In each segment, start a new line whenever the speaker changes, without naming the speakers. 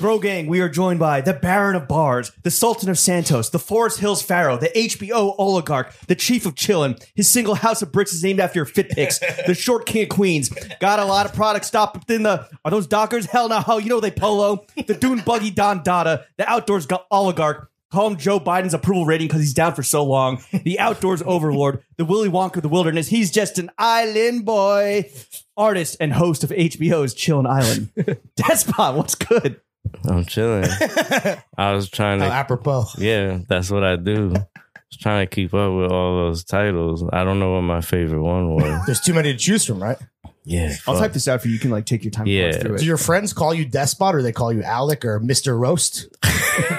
Bro Gang, we are joined by the Baron of Bars, the Sultan of Santos, the Forest Hills Pharaoh, the HBO oligarch, the Chief of Chillin. His single house of bricks is named after Fit Picks, the Short King of Queens. Got a lot of products stopped in the. Are those Dockers? Hell no. How you know they polo? The Dune Buggy Don Dada, the Outdoors go- oligarch. Call him Joe Biden's approval rating because he's down for so long. The outdoors overlord, the Willy Wonka of the wilderness. He's just an island boy, artist and host of HBO's Chillin' Island. Despot, what's good?
I'm chilling. I was trying
How
to,
apropos.
yeah, that's what I do. I was trying to keep up with all those titles. I don't know what my favorite one was.
There's too many to choose from, right?
Yeah,
I'll
fuck.
type this out for you. You can like take your time.
Yeah.
Yeah. Through it.
Do your friends call you Despot or they call you Alec or Mr. Roast?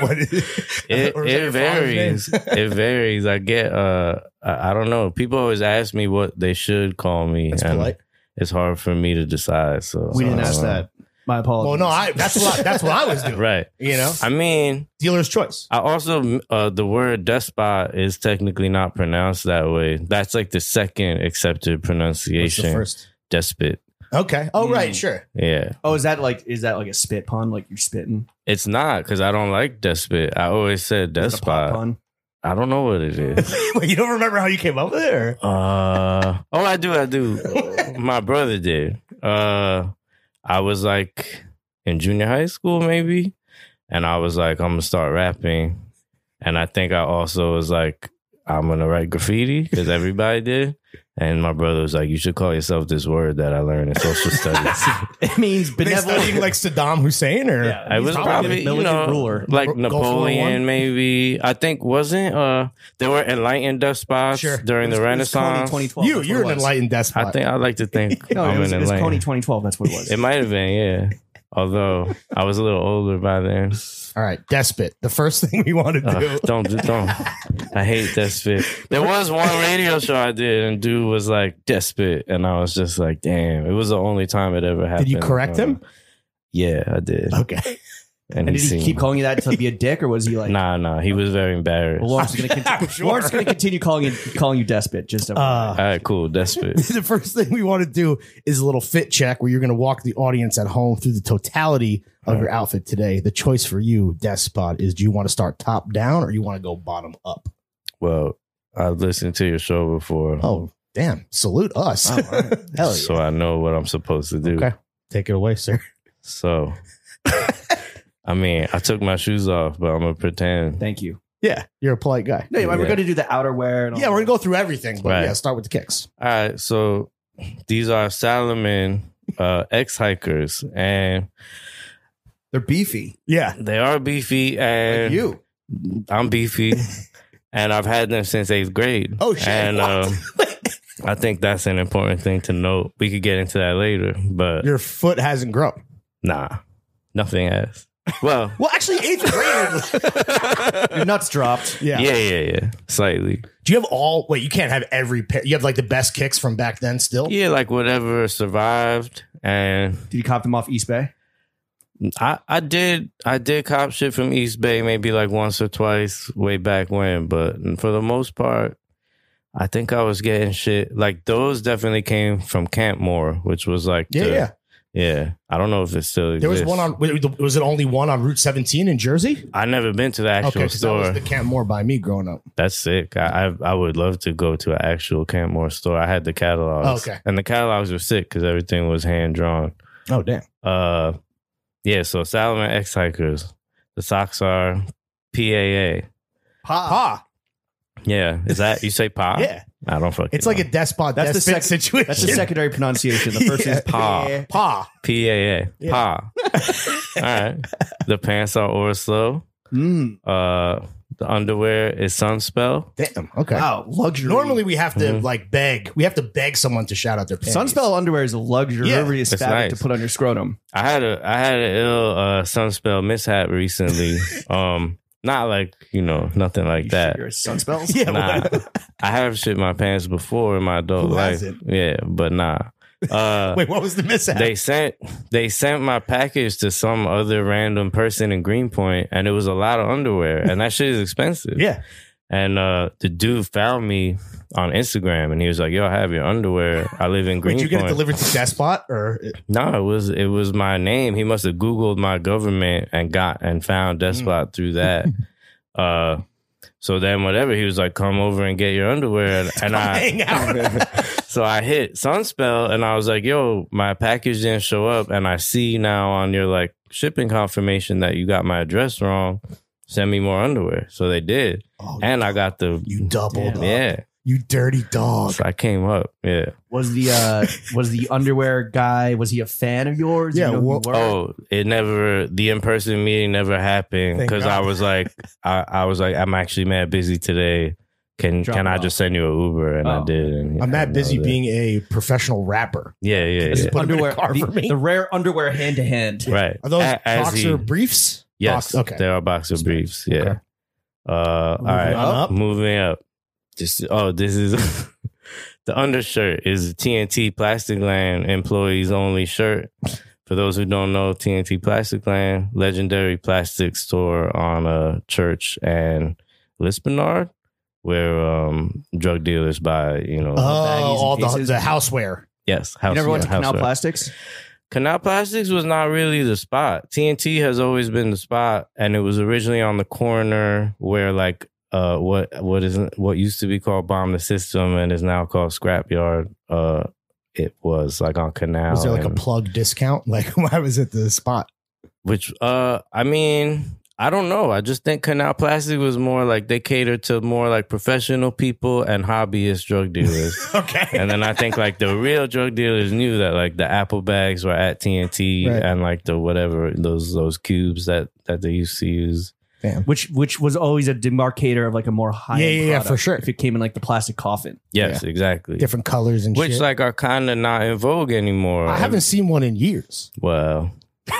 What is-
it,
or is that
it
your father's
varies. it varies. I get. Uh, I, I don't know. People always ask me what they should call me.
That's
and
polite.
It's hard for me to decide. So
we didn't
I don't
ask
know.
that. My apologies.
Well, Oh, no, I that's what I, that's what I was doing.
Right.
You know,
I mean,
dealer's choice.
I also uh, the word despot is technically not pronounced that way. That's like the second accepted
What's the
pronunciation.
first?
Despot.
Okay. Oh,
Hmm.
right.
Mm.
Sure.
Yeah.
Oh, is that like is that like a spit pun? Like you're spitting?
It's not because I don't like despot. I always said
Is it a pop
despot.
pun.
I don't know what it is.
Wait, you don't remember how you came up with it? or-
uh, oh, I do. I do. My brother did. Uh, I was like in junior high school, maybe, and I was like, I'm gonna start rapping, and I think I also was like, I'm gonna write graffiti because everybody did. And my brother was like, "You should call yourself this word that I learned in social studies."
It means
Were they
benevolent.
studying like Saddam Hussein or
Yeah.
I
He's
was
probably
probably
the
you know,
militant ruler.
like
Gulf War
Napoleon,
One?
maybe. I think wasn't uh there were enlightened despots
Sure.
during
It
the
was- it was Coney
Renaissance.
2012,
you?
that's
You're
what
an
it was.
enlightened despot.
I think I like to think
No,
I'm
it was,
an
it was Coney
enlightened.
2012. That's what it was.
It might have been, yeah. Although I was a little older by then.
All right, despot. The first thing we want to do.
Ugh, don't do- don't. I hate despot. There was one radio show I did, and dude was like despot, and I was just like, damn. It was the only time it ever happened. uh,
Did you correct him?
Yeah, I did.
Okay.
And,
and did he
seen-
keep calling you that to be a dick, or was he like?
Nah, nah. He was very embarrassed.
Well, Lawrence is going to
I'm
continue.
sure.
Lawrence is going to continue calling you calling you despot. Just a-
Uh,
All right, cool. Despot.
the first thing we want to do is a little fit check where you're going to walk the audience at home through the totality of your outfit today. The choice for you, Despot, is do you want to start top down or you want to go bottom up?
Well, I've listened to your show before,
Oh, damn. Salute us.
Oh, all right.
Hell yeah.
so I know what I'm supposed to do.
Okay. Take it away, sir.
So, I mean, I took my shoes off, but I'm gonna pretend.
thank you.
Yeah. You're a polite guy.
No, we're
Yeah.
going to do the outerwear. And all
Yeah, we're going
that.
to go through everything, but
Right.
yeah, start with the kicks.
All right, so these are Salomon uh, ex hikers, and
They're beefy.
Yeah.
they are beefy, and
you.
I'm beefy, and I've had them since eighth grade.
Oh, shit.
And um, I think that's an important thing to note. We could get into that later, but
Your foot hasn't grown.
nah, nothing else. Well,
Well, actually, eighth grade.
Your nuts dropped.
yeah.
yeah, yeah, yeah, slightly.
Do you have all? Wait, you can't have every pair. You have like the best kicks from back then still?
Yeah, like whatever survived, and
Did you cop them off East Bay?
I I did I did cop shit from East Bay maybe like once or twice way back when, but for the most part, I think I was getting shit like those definitely came from Camp Moore, which was like
Yeah,
the-
yeah.
yeah. I don't know if it still exists.
There was one on. Was it only one on Route 17 in Jersey?
I never been to the actual
Okay, 'cause that
store.
was the Camp Moore by me growing up.
That's sick. I, I I would love to go to an actual Camp Moore store. I had the catalogs,
Oh, okay.
and the catalogs were sick because everything was hand drawn.
Oh damn!
Uh, yeah. So Salomon X hikers. The socks are PAA.
Pa.
Ah,
Yeah, is that you say pa?
yeah,
I don't fucking.
it's like a
know.
despot.
That's
That's
the
despot
sec-
situation.
That's the secondary pronunciation. The first
Yeah.
is pa.
Pa.
Pa.
PAA.
Yeah.
Pa. All right. The pants are Orslo.
Mm.
Uh, the underwear is Sunspell.
Damn. Okay.
Wow, luxury.
Normally we have to
Mhm.
like beg. We have to beg someone to shout out their panties.
Sunspell underwear is a luxurious
Yeah, it's
fabric
nice.
to put on your scrotum.
I had a I had an ill uh, Sunspell mishap recently. um, not like you know nothing like that.
Your sunspells?
Yeah.
Nah,
what-
I have shit my pants before in my adult
Who
life.
hasn't?
Yeah, but nah. Uh,
Wait, what was the mishap?
they sent they sent my package to some other random person in Greenpoint, and it was a lot of underwear, and that shit is expensive.
yeah.
And uh, the dude found me on Instagram, and he was like, "Yo, I have your underwear. I live in
Wait,
Greenpoint."
you get it delivered to Despot or
No, it was it was my name. He must have Googled my government and got and found
Mm.
Despot through that. uh so then whatever, he was like, come over and get your underwear and, and I
hang out?
so I hit Sunspell and I was like, yo, my package didn't show up and I see now on your like shipping confirmation that you got my address wrong. Send me more underwear. So they did.
oh,
And I got the
you doubled up.
Yeah.
You dirty dog.
So I came up. Yeah.
Was the uh, was the underwear guy? Was he a fan of yours?
Yeah,
You know who you
wha-
were?
Oh, it never the in person meeting never happened
Thank
because I
God.
was like, I, I was like, I'm actually mad busy today. Can
Drop
can
it
I
off.
just send you an Uber? And
Oh.
I did. And
I'm
I
that busy
know that.
being a professional rapper.
Yeah, yeah,
This
yeah.
put him in a
underwear.
car
the,
for me.
the rare underwear hand to hand.
Right.
Are those
A- as
boxer
he-
briefs?
yes.
Box- okay.
They are boxer briefs. Yeah.
Okay.
Uh, all
Moving
right.
on up.
Moving up. This oh, this is the undershirt is TNT Plastic Land employees only shirt. For those who don't know, TNT Plastic Land, legendary plastic store on a church and Lisbonard, where um, drug dealers buy, you know,
Oh,
baggies and
all the,
pieces.
the houseware.
yes,
Uh-huh. You
house.
never went
yeah,
to Canal
houseware.
Plastics.
Canal Plastics was not really the spot. TNT has always been the spot, and it was originally on the corner where like uh what what is what used to be called Bomb the System and is now called Scrapyard. Uh, it was like on Canal.
Was there like a
and-
plug discount? Like why was it the spot?
which uh I mean I don't know. I just think Canal Plastic was more like they catered to more like professional people and hobbyist drug dealers.
Okay.
and then I think like the real drug dealers knew that like the Apple bags were at TNT
Right.
and like the whatever those those cubes that that they used to use.
which which was always a demarcator of like a more high
Yeah, yeah, yeah, for sure.
If it came in like the plastic coffin,
Yes, exactly.
Different colors and
Which
shit.
like uh, are kind of not in vogue anymore.
I haven't seen one in years.
Well,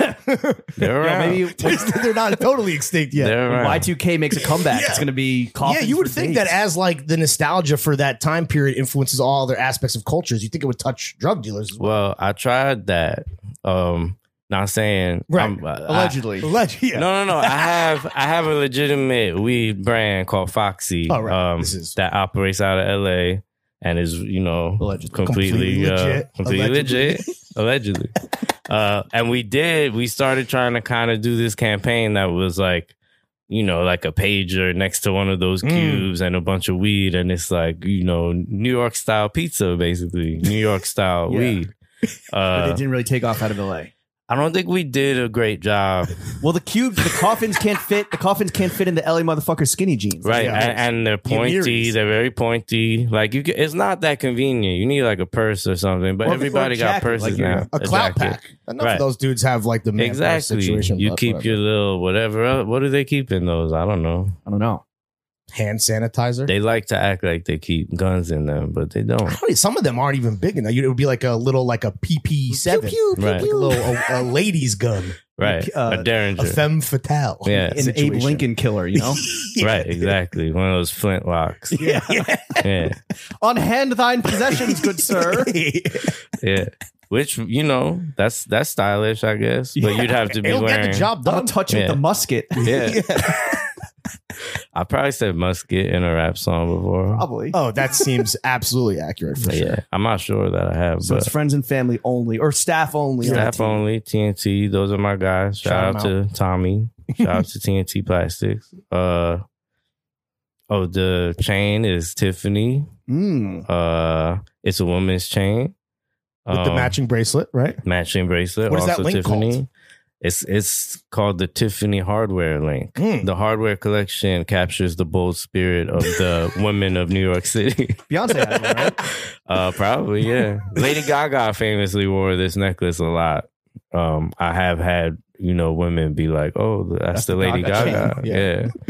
they're
Yeah,
around.
maybe
They're not totally extinct yet.
they're around.
Y two K makes a comeback.
Yeah.
It's going to be coffin.
yeah, you would think that as like the nostalgia for that time period influences all other aspects of cultures. You think it would touch drug dealers as well?
well, I tried that. Um, not saying
Right.
I'm- uh, I-
allegedly.
Alleg- yeah.
No, no, no. I have I have a legitimate weed brand called Foxy.
Oh, right.
um,
This is-
that operates out of LA and is, you know,
Allegedly.
completely
Completely
uh,
legit.
completely
Allegedly.
legit. Allegedly. uh, and we did, we started trying to kind of do this campaign that was like, you know, like a pager next to one of those
Mm.
cubes and a bunch of weed, and it's like, you know, New York style pizza, basically. New York style
Yeah.
weed.
But it
Uh,
didn't really take off out of LA.
I don't think we did a great job
Well, the cubes, the coffins can't fit. The coffins can't fit in the LA motherfucker skinny jeans.
Right,
Yeah.
and, and they're
The
pointy.
Amiris.
They're very pointy. Like you, can, it's not that convenient. You need like a purse or something. But
Or-
everybody
or
got
jacket,
purses
like your-
now.
a
jacket.
clout pack. Enough
Right.
of those dudes have like the man purse
Exactly.
situation.
you
but
keep
whatever.
your little whatever. Up. What do they keep in those? I don't know.
I don't know.
hand sanitizer.
They like to act like they keep guns in them, but they don't.
How many- Some of them aren't even big enough. You- It would be like a little, like a PP seven,
Right.
like a little a, a lady's gun,
Right,
Uh,
a
a
derringer.
femme fatale.
Yeah.
An Abe
situation.
Lincoln killer, you know.
Right, exactly. One of those flintlocks.
yeah.
yeah,
On hand thine possessions, good sir.
yeah. Which you know, that's that's stylish, I guess. But you'd have to be
It'll
wearing.
get the job
Don't
done.
touch it with
Yeah.
the musket.
Yeah. I probably said musket in a rap song before.
Probably.
Oh, that seems absolutely accurate for
But
sure.
yeah, I'm not sure that I have,
so
but
it's friends and family only, or staff only. on
staff
the team.
only, TNT, those are my guys. Shout,
Shout
out
'em
to Tommy. Shout out to TNT Plastics. Uh oh, the chain is Tiffany.
Mm.
Uh it's a woman's chain.
With the
Um,
matching bracelet, right?
matching bracelet,
What is
also
that link
Tiffany.
called?
It's it's called the Tiffany hardware link.
Mm.
The hardware collection captures the bold spirit of the women of New York City.
Beyonce had one, right?
Uh, probably, yeah. Lady Gaga famously wore this necklace a lot. Um, I have had you know women be like, "Oh, that's,
That's
the,
the
Lady
Gaga
Gaga."
chain.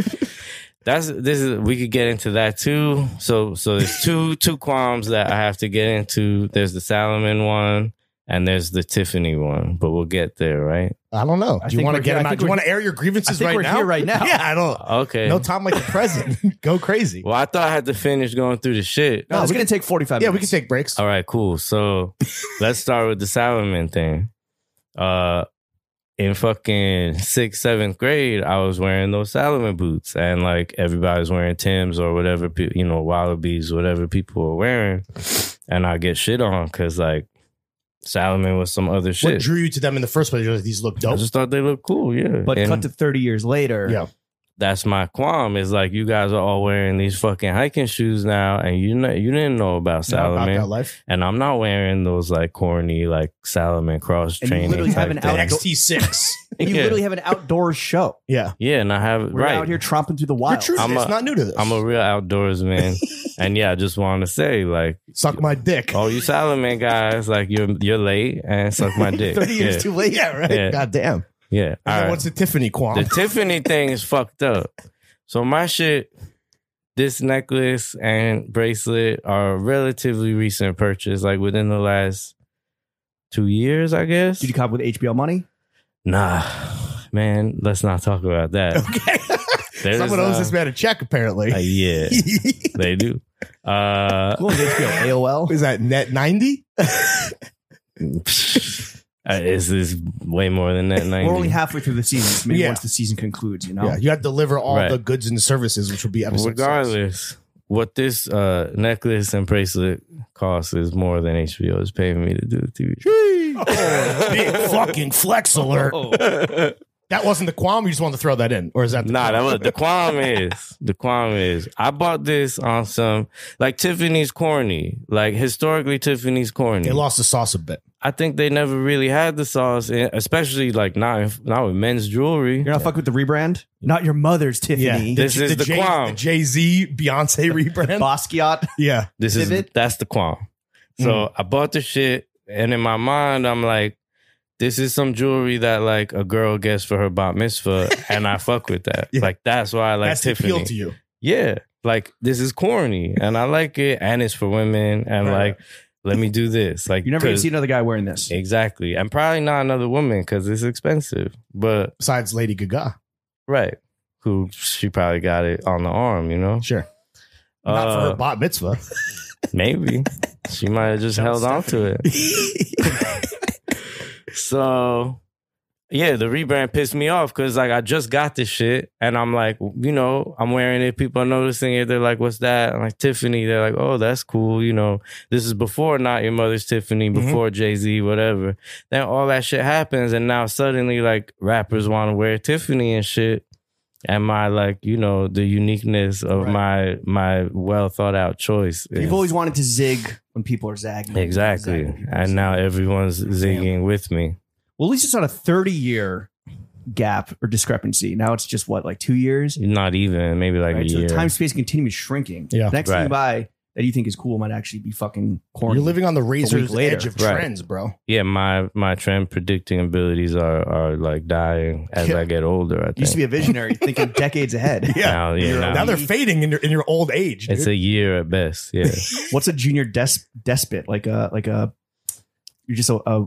Yeah. That's this is we could get into that too. So so there's two two qualms that I have to get into. There's the Salomon one and there's the Tiffany one, but we'll get there, right?
I don't know.
I
Do you
think
want to
we're
get
here-
him
I
out?
think
Do you
we're-
want to air your
I
grievances
think
right
we're
now?
here right now.
Yeah, I don't.
Okay.
No time like the present. Go crazy.
Well, I thought I had to finish going through the shit.
No,
No,
it's
we
going to take 45
Yeah, we can
minutes.
take breaks.
All right, cool. So let's start with the Salomon thing. Uh in fucking sixth, seventh grade, I was wearing those Salomon boots, and like everybody's wearing Tim's or whatever, pe- you know, Wallabies, whatever people are wearing, and I get shit on because like Salomon was some other
What
shit.
drew you to them in the first place? You're like, these look
I
dope.
just thought they looked cool, yeah.
But
And-
cut to 30 years later.
Yeah.
that's my qualm is like you guys are all wearing these fucking hiking shoes now and you know you didn't know about
Not about
Salomon
that life.
and I'm not wearing those like corny like Salomon cross
And you
training
literally
type
have an
thing.
outdoor-
XT6.
And you
Yeah.
literally have an outdoors show.
yeah.
yeah and I have
We're
right
out here tromping through the
You're
wild.
true.
I'm
it's
a-
not new to this.
I'm a real outdoorsman and yeah I just want to say like
Suck my dick.
all you Salomon guys like you're you're late and suck my dick
30 years
yeah
too late.
yeah, right?
Yeah.
God damn. And
yeah
then
all right.
what's the Tiffany qualm?
The Tiffany thing is fucked up. So my shit, this necklace and bracelet are relatively recent purchase, like within the last two years, I guess.
Did you cop with HBO money?
nah, man, let's not talk about that.
okay.
There's,
Someone owes
uh,
this man a check, apparently.
uh, yeah, they do. Uh,
Who owns HBO? AOL?
Is that net 90?
is this uh, way more than that? 90.
We're only halfway through the season. Maybe
Yeah.
once the season concludes, you know?
Yeah, you have to deliver all
Right.
the goods and services, which would be episode six.
Regardless, what this uh, necklace and bracelet costs is more than HBO is paying me to do the TV.
Oh, big fucking flex alert.
Oh.
That wasn't the qualm. You just wanted to throw that in, or is that the
Nah, that
qualm?
was the qualm is the qualm is I bought this on some like Tiffany's corny, like historically Tiffany's corny.
they lost the sauce a bit.
I think they never really had the sauce, in, especially like not in, not with men's jewelry.
You're not fucking with the rebrand? Not your mother's Tiffany.
This is the
Jay-
qualm.
The Jay Z Beyonce rebrand.
Basquiat.
yeah,
This is
Pivot?
that's the qualm. So
Mm.
I bought the shit, and in my mind, I'm like, this is some jewelry that like a girl gets for her bat mitzvah, and I fuck with that.
Yeah.
Like that's why I like
that's the
Tiffany.
appeal to you.
yeah, like this is corny, and I like it, and it's for women, and
Right.
like let me do this. Like
You're never going to
'cause-
see another guy wearing this.
exactly, and probably not another woman because it's expensive. But
Besides Lady Gaga,
right, who she probably got it on the arm, you know?
sure. Not for
Uh,
her bat mitzvah.
Maybe she might have just
That
held
was
on to it. So yeah, the rebrand pissed me off because like I just got this shit and I'm like, you know, I'm wearing it. People are noticing it. They're like, what's that? I'm like, Tiffany. They're like, oh, that's cool. You know, this is before Not Your Mother's Tiffany, before Jay Z, whatever. Then all that shit happens. And now suddenly like rappers want to wear Tiffany and shit. And my like, you know, the uniqueness of
Right.
my my well thought out choice. is-
You've always wanted to zig when people are zagging. Zag
Exactly.
when people are
And
zagging.
now everyone's zigging with me.
Well, at least it's not a 30 year gap or discrepancy. Now it's just what, like two years?
Not even, maybe like
right?
a
So
year.
the time space continuum is shrinking.
Yeah.
The next
Right.
thing you buy that you think is cool might actually be fucking corny.
You're living on the razor's
later.
edge of
Right.
trends, bro.
yeah, my my trend predicting abilities are are like dying as
Yeah.
I get older. I think.
You used to be a visionary thinking decades ahead.
now, yeah,
You're
now
a-
Now they're fading in your in your old age.
it's
dude.
a year at best. Yeah,
What's a junior des- despot? Like a like a you're just a, a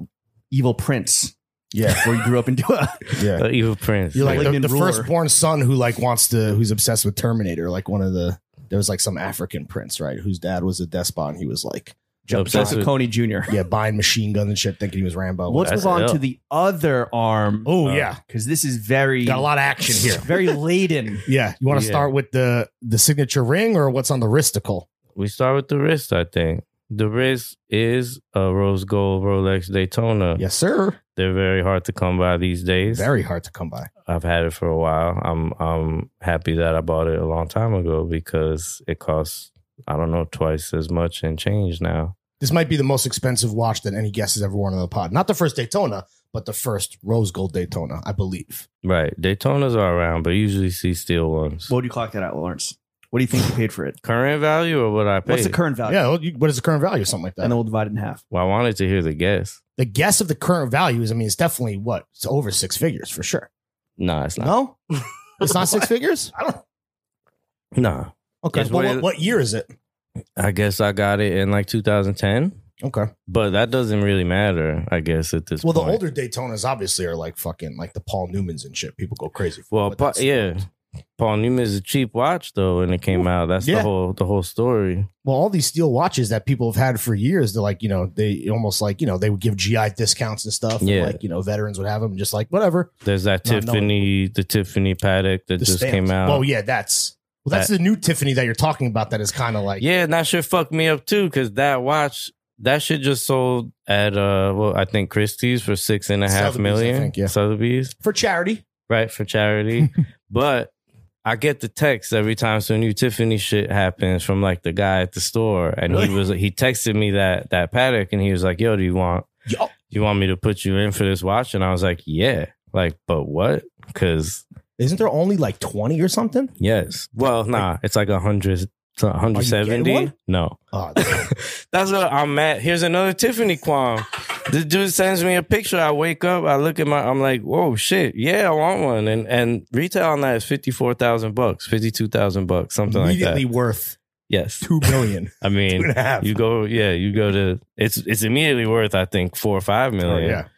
evil prince.
Yeah.
Where you grew up into a
yeah.
The evil prince.
You're like
yeah.
the,
Malignant
the
ruler.
firstborn son who like wants to who's obsessed with Terminator, like one of the there was like some African prince, right? Whose dad was a despot and he was like
Obsessed
Joseph
with-
Coney Jr.
yeah, buying machine guns and shit, thinking he was Rambo.
Let's
that's
move on
ill.
to the other arm.
Oh
Uh,
yeah.
Because this is very
Got a lot of action here.
Very laden.
Yeah. You want to
Yeah.
start with the the signature ring or what's on the wristicle?
we start with the wrist. I think the wrist is a rose gold Rolex Daytona.
Yes, sir.
They're very hard to come by these days.
Very hard to come by.
I've had it for a while. I'm I'm happy that I bought it a long time ago because it costs I don't know twice as much and change now.
This might be the most expensive watch that any guest has ever worn on the pod. Not the first Daytona, but the first rose gold Daytona, I believe.
Right, Daytonas are around, but usually see steel ones.
What would you clock that at, Lawrence? What do you think you paid for it?
current value or what I paid?
What's the current value?
Yeah. well, you- What is the current value? Something like
Uh, And then
that.
we'll divide it in half.
Well, I wanted to hear the guess.
The guess of the current value is, I mean, it's definitely what? It's over six figures for sure.
No, it's not.
No, it's not six figures. I don't.
No.
Okay,
It's
but
way-
what, what year is it?
I guess I got it in like 2010.
Okay.
But that doesn't really matter, I guess, at this
Well, the
point.
older Daytonas obviously are like fucking like the Paul Newmans and shit. People go crazy. For
Well,
but
pa-
that's-
yeah, Paul Newman's a cheap watch though, and it came out. That's
Yeah.
the whole the whole story.
Well, all these steel watches that people have had for years, they're like, you know, they almost like, you know, they would give GI discounts and stuff. and,
Yeah.
like, you know, veterans would have them just like, whatever.
There's that
Not
Tiffany, the Tiffany Paddock that
The
just
stamps.
came out.
Well, yeah, that's well, that's the new Tiffany that you're talking about that is kind of like
yeah, and that shit fucked me up too, because that watch, that shit just sold at uh, well, I think Christie's for six and a half
Sotheby's, I
million
think, yeah.
Sotheby's.
for charity.
right for charity but i get the text every time some new tiffany shit happens from like the guy at the store and he
Really?
was he texted me that that paddock and he was like yo do you want
Yo.
do you want me to put you in for this watch and i was like yeah like but what because
Isn't there only like 20 or something?
yes well nah it's like a hundred it's a hundred seventy
one?
no
Oh,
that's what i'm at here's another tiffany qualm the dude sends me a picture i wake up i look at my i'm like whoa shit yeah i want one and and retail on that is 54000 bucks 52000 bucks something like
immediately
that
worth
yes
2 million.
i
two
mean
and a half.
you go yeah you go to it's it's immediately worth i think four or five
Oh,
million
yeah.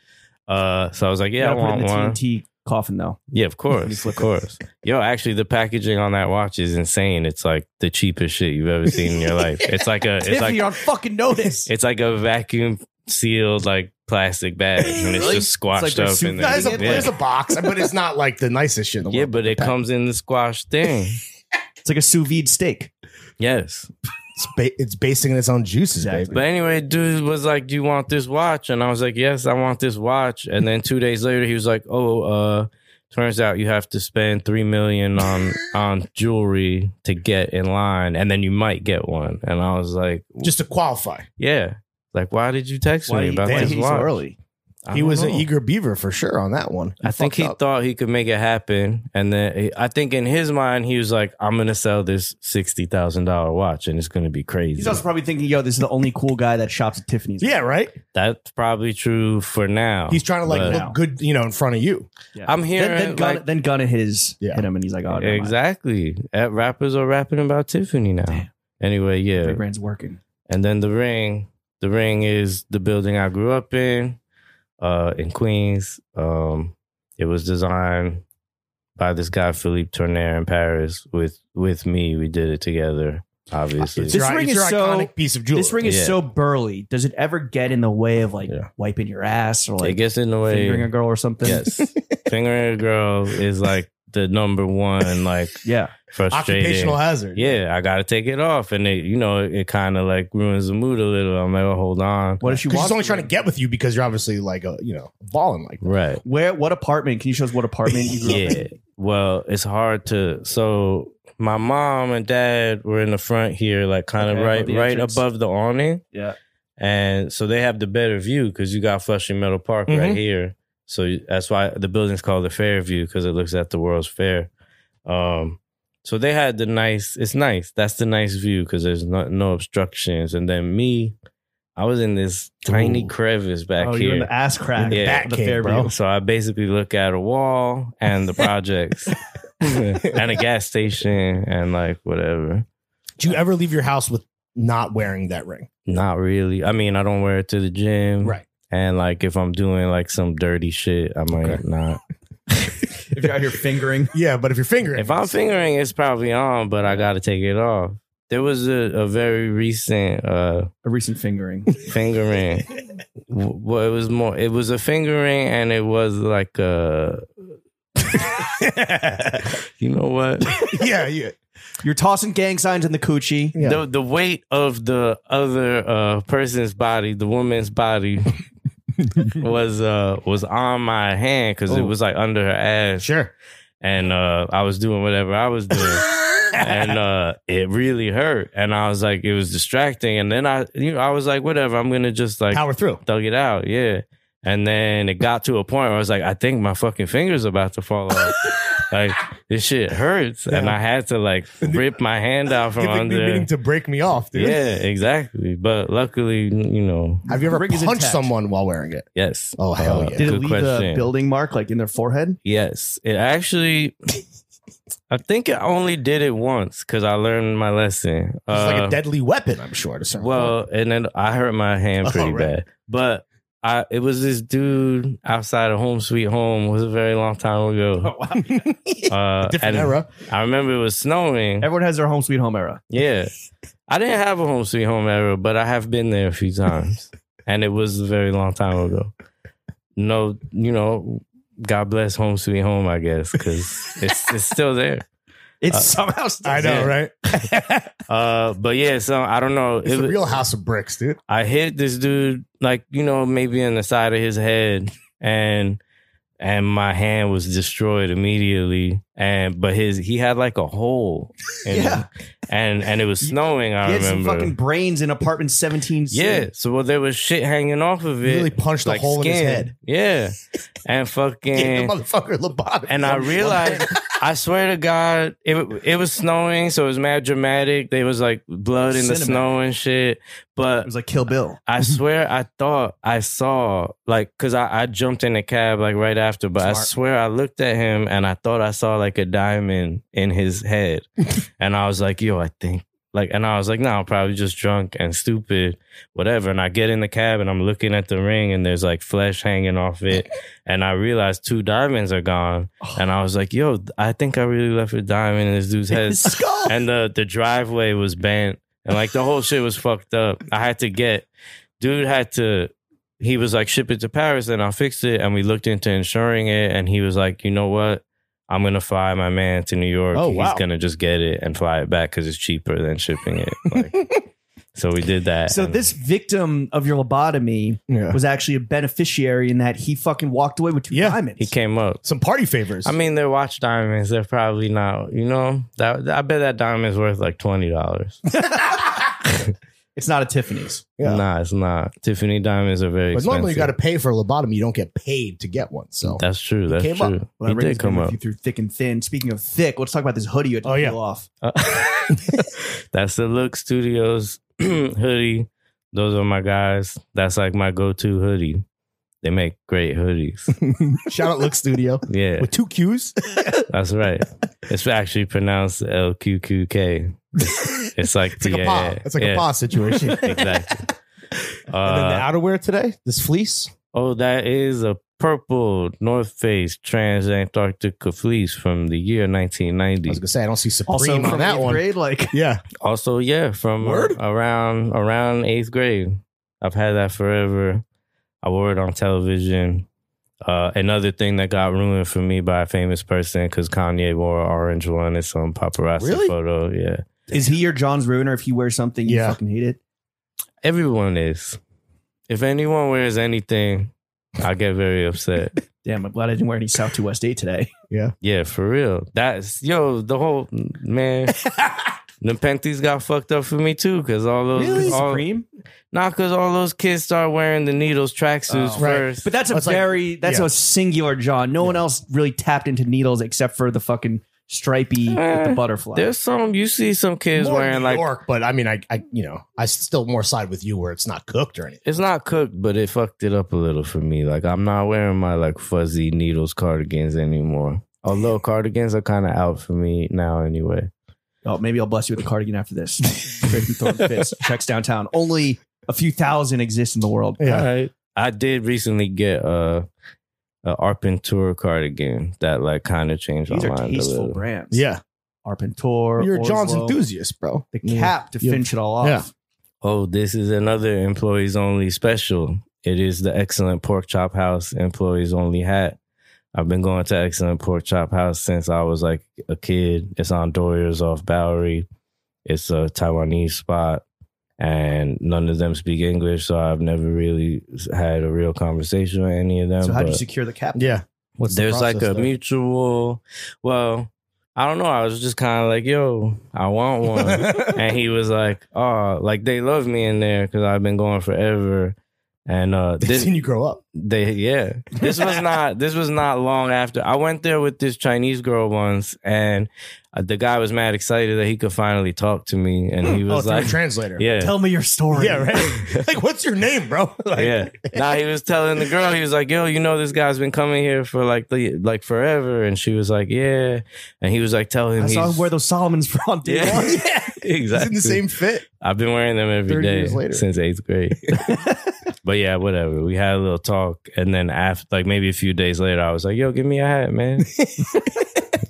uh so i was like yeah i
Gotta put it
want
in the
one
TNT coffin though.
yeah of course of course yo actually the packaging on that watch is insane it's like the cheapest shit you've ever seen in your life it's like a it's like
Tiffany on fucking notice.
It's like a vacuum sealed like plastic bag, and it's
Really?
just squashed
It's like they're
up in
super-
there.
There's a,
Yeah.
there's a box, but it's not like the nicest shit in the world.
yeah, but it comes in the squash thing.
It's like a sous vide steak.
yes,
It's, ba- it's basing in its own juices,
Exactly.
but anyway, dude was like, "Do you want this watch?" And I was like, "Yes, I want this watch." And then two days later, he was like, "Oh, uh." Turns out you have to spend three million on on jewelry to get in line, and then you might get one. And I was like,
baby. Just to qualify.
"Yeah, like why did you text me
Why
about
why
this
he so
watch?"
early?
I
He
don't
was
know.
an eager beaver for sure on that one.
I think he
fucked up.
thought he could make it happen, and then I think in his mind he was like, "I'm gonna sell this sixty thousand dollar watch, and it's gonna be crazy."
He's also probably thinking, yo, this is the only cool guy that shops at Tiffany's.
Yeah, right?
That's probably true for now.
He's trying to like
Oh, But
look
Wow.
good, you know, in front of you.
I'm
Then,
hearing
then, Gunna,
like,
then Gunna hit, his,
Yeah.
hit him and he's like, oh, never mind.
exactly. At rappers are rapping about Tiffany now.
Damn.
Anyway,
Every
yeah,
brand's working.
and then the ring. The ring is the building I grew up in, uh, in Queens. Um, it was designed by this guy Philippe Tournaire in Paris. With with me, we did it together. Obviously,
It's
This
your,
ring
it's
is
your
so-
iconic piece of jewelry.
This ring is
Yeah.
so burly. Does it ever get in the way of like
Yeah.
wiping your ass or
it
like
gets in the way.
fingering a girl or something?
Yes, fingering a girl is like the number one like
Yeah.
frustrating.
occupational hazard.
Yeah, I gotta take it off, and it you know it, kind of like ruins the mood a little. I'm like, oh, hold on,
What if she
'Cause
wants
she's only
to-
trying to get with you because you're obviously like a you know balling like
right?
Where? What apartment? Can you show us what apartment you grew up
Yeah.
in?
Well, it's hard to. So my mom and dad were in the front here, like kind of
Okay,
right,
above the
right
entrance.
above the awning.
Yeah.
and so they have the better view because you got Flushing Meadow Park right
Mhm.
here. So you- that's why the building's called the Fair View because it looks at the World's Fair. Um, so they had the nice. It's nice. That's the nice view because there's no, no obstructions. And then me, I was in this tiny
Ooh.
crevice back
oh,
here.
you're in the ass crack.
In the
of
back
the
cave,
Fairview.
bro.
So I basically look at a wall and the projects and a gas station and like whatever.
Do you ever leave your house with not wearing that ring?
Not really. I mean, I don't wear it to the gym. And like if I'm doing like some dirty shit, I might
Okay.
not.
If you're out here fingering,
Yeah, but if you're fingering,
If I'm fingering, it's probably on, but I got to take it off. There was a, a very recent uh,
a recent fingering.
fingering. W- well, it was more. It was a fingering, and it was like a. you know what?
yeah, yeah,
You're tossing gang signs in the coochie.
yeah.
the the weight of the other uh, person's body, the woman's body, was uh was on my hand because it
Oh.
was like under her ass,
sure.
and uh, I was doing whatever I was doing, and uh, it really hurt, and I was like, it was distracting, and then I you know I was like, whatever, I'm gonna just like
Power through.
thug it out, yeah. And then it got to a point where I was like, I think my fucking finger's about to fall off. like this shit hurts, and
Yeah.
I had to like rip my hand out from
Giving me
under.
meaning to break me off, dude.
Yeah, exactly. But luckily, you know,
Have you ever
Ring is
punched
intact.
someone while wearing it?
yes,
Oh hell
Uh,
yeah!
Did it
Good
leave a
question.
building mark like in their forehead?
yes. It actually, I think I only did it once because I learned my lesson.
It's like
Uh,
a deadly weapon, I'm sure. To certain
Well, and then I hurt my hand
Oh,
pretty
right.
bad. But I it was this dude outside of Home Sweet Home. It was a very long time
Oh,
ago.
point.
Uh, and
different era.
I remember it was snowing.
Everyone has their home sweet home era.
Yeah. I didn't have a home sweet home ever, but I have been there a few times. and it was a very long time ago. No, you know, God bless home sweet home, I guess, because it's, it's still there.
It's
Uh,
somehow still
I
Yeah.
know, right?
Uh, but yeah, so I don't know.
It's
It
a
was-
real house of bricks, dude.
I hit this dude, like, you know, maybe in the side of his head and and my hand was destroyed immediately. And but his he had like a hole in it.
Yeah.
and and it was snowing, I
He had some
remember.
fucking brains in apartment 17.
Yeah. So well, there was shit hanging off of it.
Really punched a hole in his head.
Yeah. And
Gave
fucking.
the motherfucker lobotomy.
and I realized, I swear to God, it it was snowing, so it was mad dramatic. There was like blood in the
Cinematic.
snow and shit.
It
But
was like Kill Bill.
I swear, I thought I saw like because I, I jumped in the cab like right after, but I
Smart.
swear I looked at him and I thought I saw like a diamond in his head, and I was like, "Yo, I think." Like and I was like, no, I'm probably just drunk and stupid, whatever. And I get in the cab and I'm looking at the ring and there's like flesh hanging off it, and I realize two diamonds are gone. And I was like, yo, I think I really left a diamond in this dude's head
His skull.
and the the driveway was bent and like the whole shit was fucked up i had to get dude had to he was like ship it to paris and i fixed it and we looked into insuring it and he was like you know what i'm gonna fly my man to new york
Oh,
he's
wow.
gonna just get it and fly it back because it's cheaper than shipping it like, so we did that
So
and-
this victim of your lobotomy
Yeah.
was actually a beneficiary in that he fucking walked away with two
Yeah.
diamonds.
he came up
some party favors.
i mean they're watch diamonds they're probably not you know that i bet that diamond's worth like $20
It's not a Tiffany's.
Yeah.
nah it's not tiffany diamonds are very
but
expensive
normally you got to pay for a lobotomy. You don't get paid to get one. So
That's true. That's
came up.
true.
Well,
he
that ring's
did come
been with
up.
you through thick and thin. Speaking of thick, let's talk about this hoodie you had to
Oh, yeah.
peel off.
Uh, That's the Look Studios hoodie. Those are my guys. That's like my go-to hoodie. They make great hoodies.
shout out Look Studio
Yeah,
with two Qs.
that's right. It's actually pronounced L Q Q K. It's like
It's like
yeah,
a pa.
yeah,
It's like
yeah,
a pa situation.
Exactly.
and then the
Uh,
outerwear today, this fleece.
oh, that is a purple North Face Transantarctica fleece from the year
I
1990.
was gonna say I don't see Supreme
Also
on
from
that
eighth
one.
grade, like
Yeah,
Also, yeah, from
Word?
around around eighth grade. I've had that forever. I wore it on television. Uh, another thing that got ruined for me by a famous person because Kanye wore an orange one in some paparazzi
Really?
photo. Yeah,
Is he your John's ruiner if he wears something you
Yeah.
fucking hate it?
everyone is. If anyone wears anything, I get very upset.
Damn, I'm glad I didn't wear any South to West 8 today.
Yeah, for real. That's yo the whole man. the panties got fucked up for me too because all those all,
Supreme?
Not because all those kids start wearing the needles tracksuits
Oh.
Right.
first.
But that's a
It's like-
very that's
yeah.
a singular John. No one else really tapped into needles except for the fucking stripey with
Eh,
the butterfly.
There's some you see some kids
More
wearing
New
like
York, but I mean, I, I, you know, I still more side with you where it's not cooked or anything.
it's not cooked, but it fucked it up a little for me. Like I'm not wearing my like fuzzy needles cardigans anymore. Although cardigans are kind of out for me now anyway.
Oh, maybe I'll bless you with a cardigan after this. Straight from throwing fits. Checks downtown. Only a few thousand exist in the world.
All right. I did recently get a, a Arpentour cardigan that like kind of changed
These
my
are
mind a
tasteful
little.
brands.
yeah.
Arpentor.
You're a John's
Orslo,
enthusiast, bro.
The
Yeah.
cap to
Yeah.
finish it all off.
Yeah.
Oh, this is another employees only special. It is the Excellent Pork Chop House employees only hat. I've been going to Excellent Pork Chop House since I was like a kid. It's on Doyers off Bowery. It's a Taiwanese spot, and none of them speak English, so I've never really had a real conversation with any of them.
So how would you
but-
secure the cap?
Yeah. What's the
there's like a
process there?
mutual. Well, I don't know. I was just kind of like, yo, I want one. and he was like, oh, like they love me in there because I've been going forever. And uh,
They've
this,
seen you grow up.
they yeah. This was not this was not long after I went there with this Chinese girl once, and uh, the guy was mad excited that he could finally talk to me, and he was
Oh, through
like,
a translator.
yeah.
Tell me your story.
Yeah, right. like, what's your name, bro? Like,
yeah. Now he was telling the girl, he was like, "Yo, you know this guy's been coming here for like the like forever," and she was like, "Yeah," and he was like, "Tell him
I
he's
saw him wear those Solomons for on day
Yeah.
one.
He's
exactly
in the same fit.
I've been wearing them every
30
day
years later.
since eighth grade. but yeah, whatever. We had a little talk, and then after, like maybe a few days later, I was like, "Yo, give me a hat, man,"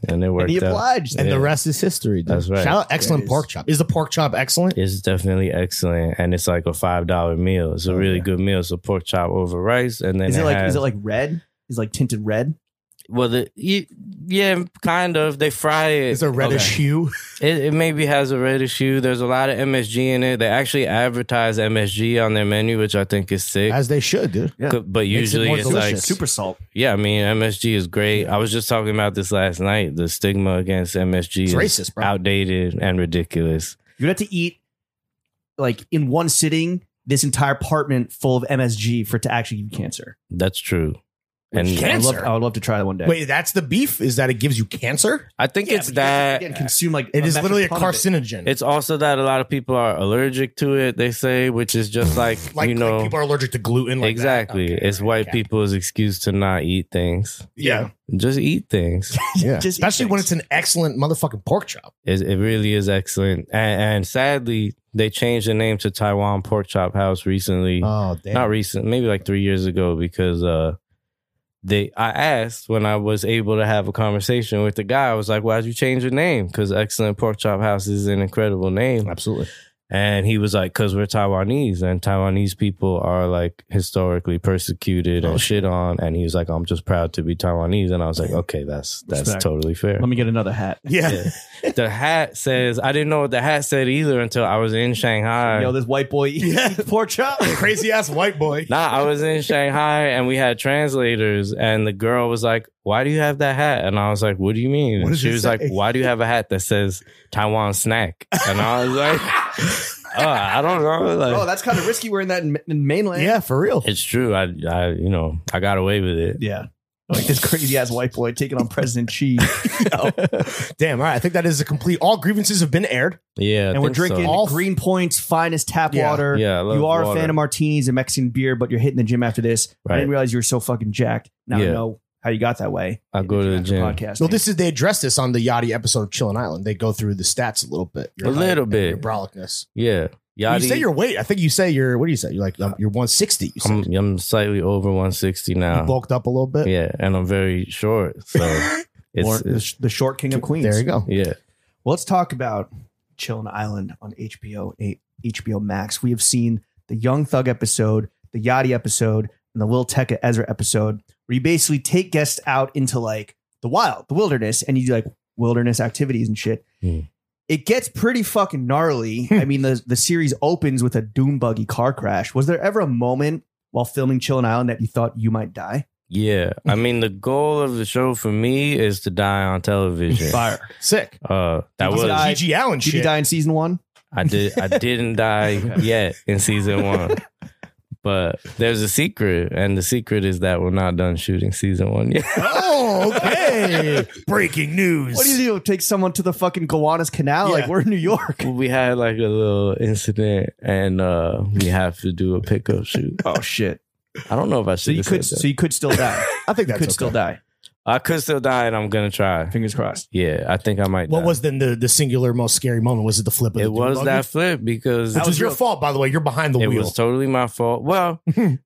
and it worked
he
out.
obliged.
And
Yeah.
the rest is history. Dude.
That's right.
Shout out excellent
That is-
pork chop. Is the pork chop excellent?
It's definitely excellent, and it's like a five dollar meal. It's a
Oh,
really
yeah.
good meal. It's a pork chop over rice, and then
Is it like
has-
is it like red? Is it like tinted red?
well, the, y- yeah, kind of. They fry it.
It's a reddish hue.
It, it maybe has a reddish hue. There's a lot of MSG in it. They actually advertise MSG on their menu, which I think is sick.
As they should, dude.
yeah.
C- But
Makes it
usually
more
it's like
delicious.
Super salt.
Yeah, I mean MSG is great. I was just talking about this last night. The stigma against MSG
It's
is
racist, bro.
outdated and ridiculous.
You'd have to eat like in one sitting this entire apartment full of MSG for it to actually give you cancer.
That's true. And
Which
I
can-
would, love,
Cancer?
I would love to try that one day.
Wait, that's the beef? Is that it gives you cancer?
I think
Yeah,
it's
but you have
that
to, again, consume like
It is
metric
literally a
ton of it.
carcinogen.
it's also that a lot of people are allergic to it, they say, which is just like,
like,
you
like
know
people are allergic to gluten. Like that.
Exactly.
Okay,
it's
right,
white
okay.
people's excuse to not eat things.
Yeah.
Just eat things.
Yeah.
Just eat
Especially when
things.
it's an excellent motherfucking pork chop.
It, it really is excellent. And, and sadly, they changed the name to Taiwan Pork Chop House recently.
Oh, damn.
not recent, maybe like three years ago, because uh they I asked when I was able to have a conversation with the guy, I was like, Why'd you change your name? Because Excellent Pork Chop House is an incredible name.
Absolutely.
And he was like, Cause we're Taiwanese and Taiwanese people are like historically persecuted
Oh,
and shit on. And he was like, I'm just proud to be Taiwanese. And I was like, Okay, that's that's
Respect.
totally fair.
Let me get another hat.
Yeah.
the hat says I didn't know what the hat said either until I was in Shanghai.
Yo, this white boy eats
Yeah.
pork chop.
Crazy ass white boy.
Nah, I was in Shanghai and we had translators, and the girl was like, "Why do you have that hat?" And I was like, "What do you mean?"
What
And
does
she
it
was
say?
like, "Why do you have a hat that says Taiwan snack?" And I was like, oh, "I don't know." Like,
oh, that's kind of risky wearing that in, in mainland.
Yeah, for real.
it's true. I, I, you know, I got away with it.
Yeah. Like this crazy ass white boy taking on President Xi.
Damn. All right. I think that is a complete. All grievances have been aired.
Yeah, I
and we're
think so.
drinking
All-
Greenpoint's finest tap
Yeah.
water.
Yeah, I love
you are
water.
a fan of martinis and Mexican beer, but you're hitting the gym after this. I
Right.
didn't realize you were so fucking jacked. Now I
Yeah.
know how you got that way.
I go to the gym.
Podcast.
Well, this is they address this on the Yachty episode of Chillin Island. They go through the stats a little bit.
A
height
little
and
bit.
Your brawlicness.
Yeah,
When
Yachty, Uh,
You say your weight. I think you say your what do you say? You're like um, you're 160. You said.
I'm, I'm slightly over 160
You
now.
bulked up a little bit.
Yeah, and I'm very short, so it's,
Warren- the, sh- the short king of Queens.
There you go.
yeah.
Well, let's talk about Chillin Island on HBO a- HBO Max. We have seen the Young Thug episode, the Yachty episode, and the Lil Tecca Ezra episode, where you basically take guests out into like the wild, the wilderness, and you do like wilderness activities and shit.
Hmm.
It gets pretty fucking gnarly. I mean, the the series opens with a doom buggy car crash. Was there ever a moment while filming Chillin Island that you thought you might die?
Yeah, I mean the goal of the show for me is to die on television.
Fire.
Sick.
Uh, that
You
was
die-
GG Allen
Did you
shit.
die in season one?
I did I didn't die
Okay.
yet in season one, but there's a secret, and the secret is that we're not done shooting season one yet.
Oh, okay. Breaking news.
What do you do? Take someone to the fucking Gowanus Canal?
Yeah.
Like we're in New York.
we had like a little incident, and uh, we have to do a pickup shoot.
Oh shit.
I don't know if I should.
So you
have
could
said that.
so you could still die.
I think
You
that's
could
okay.
still die.
I could still die, and I'm gonna try.
Fingers crossed.
Yeah, I think I might.
What
die.
was then the the singular most scary moment? Was it the flip? Of the
It
dune
was
buggy?
that flip because
Which was your fault, by the way. You're behind the
it
wheel.
was totally my fault. Well,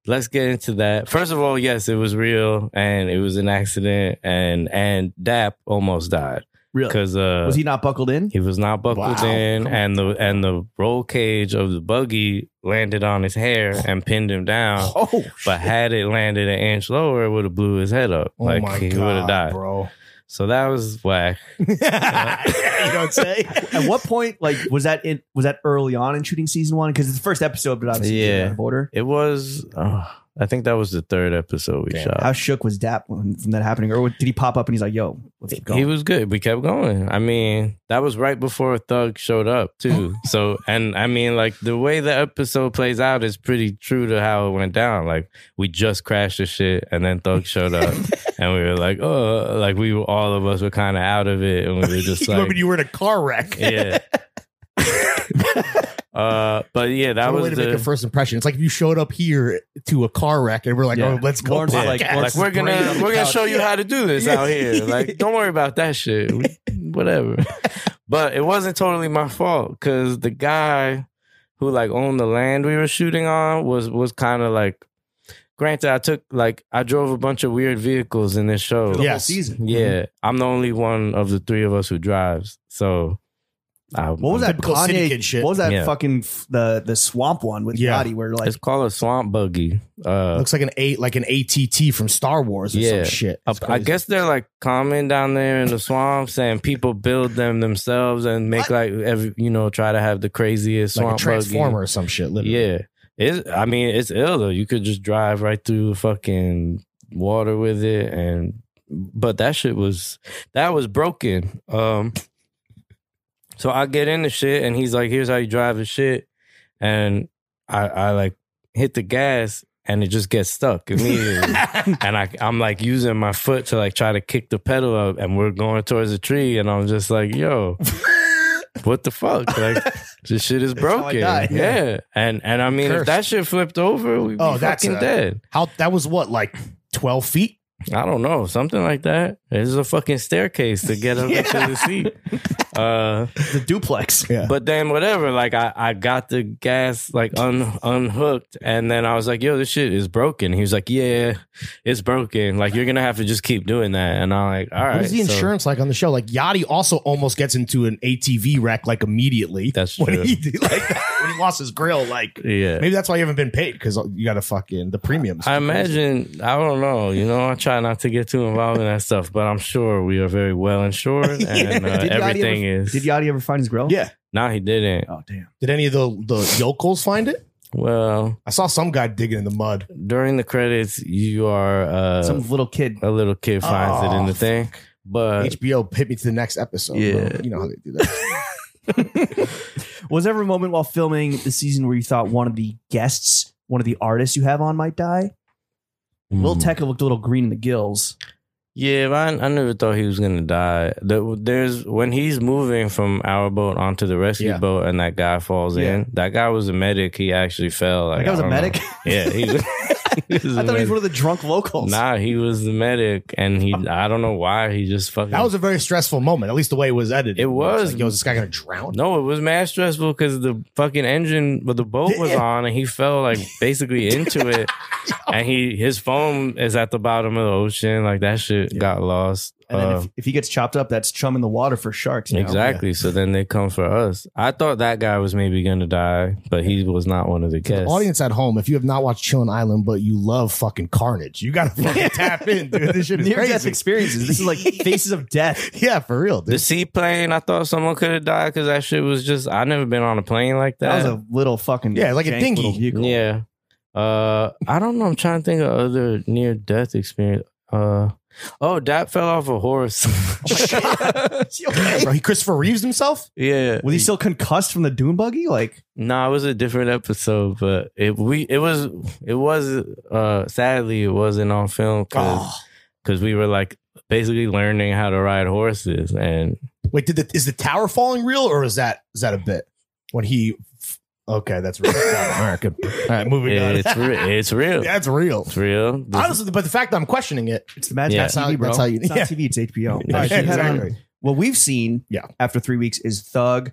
let's get into that. First of all, yes, it was real and it was an accident and and Dap almost died
Really?
because uh,
Was
he-,
he not buckled in?
was not buckled
Wow.
in and the and the roll cage of the buggy landed on his hair and pinned him down.
oh,
But had it landed an inch lower, it would have blew his head up.
oh
like
my
he would have
god,
died.
bro!
So that was whack.
you don't say.
At what point, like, was that in, was that early on in shooting season one? Because it's the first episode, but obviously it's
Yeah.
out of order.
It was. Uh, I think that was the third episode we
Damn.
shot.
How shook was Dap when, from that happening, or did he pop up and he's like, "Yo, let's keep
He
going"?
was good. We kept going. I mean, that was right before Thug showed up too. so, and I mean, like the way the episode plays out is pretty true to how it went down. Like we just crashed the shit, and then Thug showed up, and we were like, oh, like we were all of us were kind of out of it, and we were just like,
Remember, you were in a car wreck.
yeah. uh, but yeah, that
What
was
a way to
the,
make a first impression. It's like if you showed up here to a car wreck and we're like,
Yeah.
"Oh, let's go."
Lawrence is
podcast.
like- Lawrence
like we're
brain
gonna
on the
we're gonna
couch.
show you how to do this out here. Like, don't worry about that shit. We- Whatever. But it wasn't totally my fault because the guy who like owned the land we were shooting on was was kind of like. Granted, I took like I drove a bunch of weird vehicles in this show.
For the whole
Yes.
season.
Yeah,
Mm-hmm.
I'm the only one of the three of us who drives. So, I,
What was that
Typical city
Kanye?
kid shit.
What was that
Yeah.
fucking f- the the swamp one with
Yeah.
Yachty? Where like
It's called a swamp buggy. Uh,
looks like an eight, like an ATT from Star Wars or
Yeah.
some shit.
Uh,
It's
I
crazy.
guess they're like common down there in the swamps, and people build them themselves and make like every you know try to have the craziest
like a
swamp
transformer
buggy.
or some shit. Literally.
Yeah, it. I mean, it's ill though. You could just drive right through the fucking water with it, and but that shit was that was broken. Um, so I get in the shit, and he's like, "Here's how you drive the shit," and I, I like hit the gas, and it just gets stuck immediately and I, I'm like using my foot to like try to kick the pedal up, and we're going towards a tree, and I'm just like, yo, what the fuck? Like this shit is
how I
broken.
die, yeah.
yeah. and and I mean, if
Cursed.
that shit flipped over, we'd
Oh,
be
that's
fucking
a-
dead.
How that was what like twelve feet.
I don't know, something like that. There's a fucking staircase to get up
Yeah.
to the seat. Uh,
the duplex.
Yeah.
but then whatever, like I, I got the gas like un, unhooked, and then I was like, "Yo, this shit is broken." He was like, "Yeah, it's broken. Like you're gonna have to just keep doing that." And I'm like, "All right."
What is the
so-
insurance like on the show? Like Yachty also almost gets into an ATV wreck like immediately.
That's
when
true.
he did- like when he lost his grill. Like
yeah,
maybe that's why you haven't been paid because you got to fucking the premiums.
I imagine. I don't know. You know, I try not to get too involved in that stuff, but I'm sure we are very well insured, and uh,
Did Yachty
everything
ever,
is.
Did Yachty ever find his grill?
Yeah.
nah, he didn't.
Oh damn.
Did any of the the yokels find it?
Well,
I saw some guy digging in the mud.
during the credits, you are uh,
Some little kid.
a little kid finds it in
Oh,
the thing, but
HBO hit me to the next episode.
Uh, Yeah.
bro. you know how they do that.
Was there ever a moment while filming the season where you thought one of the guests, one of the artists you have on might die? Lil
Mm.
Tecca looked a little green in the gills.
Yeah, but I, I never thought he was gonna die. The, there's when he's moving from our boat onto the rescue
Yeah.
boat, and that guy falls
Yeah.
in. That guy was a medic. He actually fell. Like,
Like, I was
I
a
don't know.
medic.
Yeah, he was. he was a
I thought he was
medic.
one of the drunk locals.
Nah, he was the medic, and he. I don't know why he just fucking.
That was a very stressful moment. At least the way it was edited.
It was.
It's Like, Yo, is this guy gonna drown?
no, it was mad stressful because the fucking engine, but the boat was
Yeah.
on, and he fell like basically into it, and he his phone is at the bottom of the ocean. Like that shit got lost.
And then
Uh,
if, if he gets chopped up, that's chum in the water for sharks. now.
Exactly. So then they come for us. I thought that guy was maybe going to die, but he was not one of the
To the
guests.
audience at home, if you have not watched Chillin' Island, but you love fucking carnage, you gotta fucking tap in, dude. This shit is
Near death
crazy.
experiences. This is like faces of death.
Yeah, for real,
the
dude.
seaplane, I thought someone could have died because that shit was just, i never been on a plane like
That
that.
was a little fucking
Yeah, like a
jank
dinghy.
little vehicle.
yeah. Uh, I don't know. I'm trying to think of other near death experience. Uh, oh, that fell off a horse.
Oh, Bro, he Christopher Reeves himself?
yeah.
Was he still concussed from the dune buggy? Like
No, it was a different episode, but it we it was it was uh sadly it wasn't on film because
Oh.
we were like basically learning how to ride horses and
Wait, did the is the tower falling real or is that is that a bit? When he Okay, that's real. All right, good. All right, moving on.
it's re- it's real.
that's real.
It's real. This-
Honestly, but the fact that I'm questioning it,
it's the magic
Yeah.
of
That's how-
TV, bro.
that's how you-
it's not
yeah.
TV. It's HBO.
Yeah,
Alright,
shit.
you had on-
exactly.
what we've seen
Yeah.
after three weeks is Thug,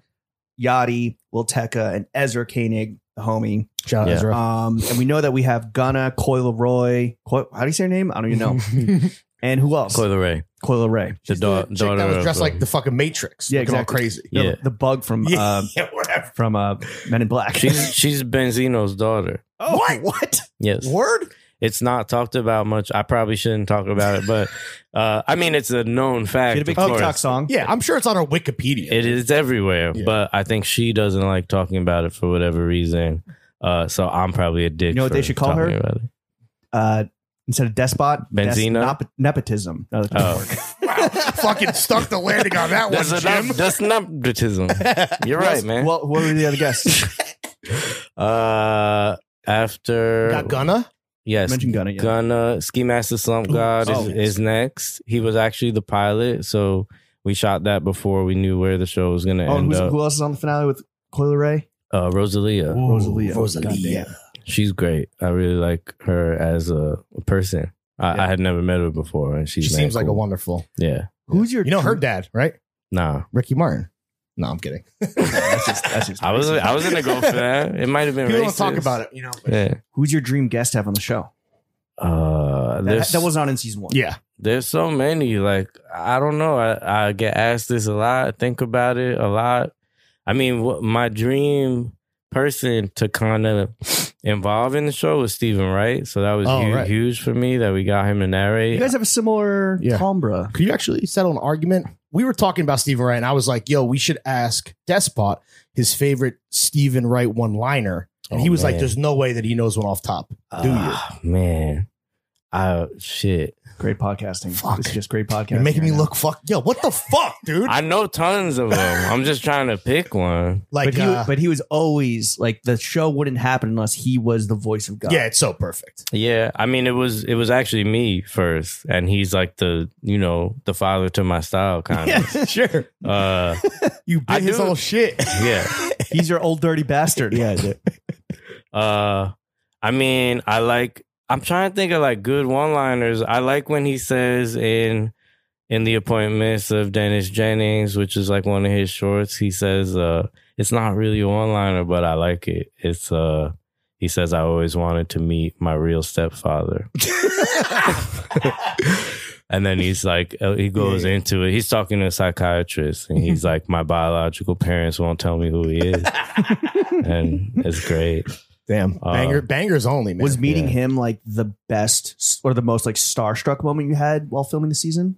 Yachty, Will Tecca, and Ezra Koenig, the homie.
Shout out
Yeah.
Ezra.
Um, and we know that we have Gunna, Coil Roy. Coy- how do you say her name? I don't even know. and who else?
Coyle Ray,
Coil Ray.
the, da-
Chick
daughter
that was
of, uh,
dressed like the fucking Matrix.
Yeah,
Yeah, looking
exactly.
all crazy.
The,
Yeah. um,
the bug from uh,
yeah, whatever.
from uh, Men in Black.
she's she's Benzino's daughter.
oh, what? What?
Yes,
Word?
It's not talked about much. I probably shouldn't talk about it, but uh, I mean, it's a known fact.
She had a big
of
TikTok
course.
song.
Yeah, I'm sure it's on our Wikipedia.
It is everywhere,
Yeah.
but I think she doesn't like talking about it for whatever reason. Uh, so I'm probably a dick.
You know what they
for
should call her?
talking about it.
Uh, instead of despot,
Benzina?
des- nop- nepotism. No, that doesn't
Oh.
work.
wow, fucking stuck the landing on that one,
That's
Jim.
enough. That's nepotism. You're
Who
right,
else-
man.
Well, what were the other guests?
uh, after
Not gonna.
yes,
Mention Gunna. Yeah.
Gunna Ski Master Slump
Ooh,
God
oh,
is,
yes.
is next. He was actually the pilot, so we shot that before we knew where the show was going to
Oh, and
end
who's,
up.
who else is on the finale with Coil Ray?
Uh, Rosalia,
Rosalia.
Rosalia.
Goddamn.
she's great. I really like her as a person. I,
Yeah.
I had never met her before, and she's
She seems
mad
like a
cool.
wonderful.
Yeah,
Who's your?
You know her
true-
dad, right?
nah.
Ricky Martin. No, I'm kidding.
That's just- that's just
I was
crazy.
I was gonna go for that. It might have been.
People
racist.
don't talk about it, you know. but-
Yeah.
Who's your dream guest to have on the show?
Uh,
That,
there's
that was not in season one.
Yeah,
there's so many. Like I don't know. I, I get asked this a lot. I think about it a lot. I mean, wh- my dream person to kind of involve in the show was Stephen Wright. So that was
Oh,
huge,
right.
huge for me that we got him to narrate.
You guys have a similar
Yeah.
timbre.
could you actually settle an argument? We were talking about Stephen Wright, and I was like, "Yo, we should ask Despot his favorite Stephen Wright one-liner." And
Oh,
he was like,
man.
"There's no way that he knows one off top." Do you?
Ah, man? I shit.
Great podcasting.
Fuck.
This is just great podcasting.
You're making
right
me
now.
look fuck. Yo, what the fuck, dude?
I know tons of them. I'm just trying to pick one.
like,
but he,
uh,
but he was always like the show wouldn't happen unless he was the voice of God.
yeah, it's so perfect.
Yeah, I mean it was it was actually me first, and he's like the you know the father to my style kind of.
sure.
Uh,
You
I
bit his
do-
whole shit.
yeah.
he's your old dirty bastard.
yeah, dude.
Uh, I mean, I like. I'm trying to think of like good one-liners. I like when he says in in the appointments of Dennis Jennings, which is like one of his shorts. He says, "Uh, it's not really a one-liner, but I like it. It's uh." He says, "I always wanted to meet my real stepfather," and then he's like, uh, he goes
Yeah.
into it. He's talking to a psychiatrist, and he's like, "My biological parents won't tell me who he is," and it's great.
Damn,
Uh,
banger, bangers only, man.
Was meeting
Yeah.
him like the best or the most like starstruck moment you had while filming the season?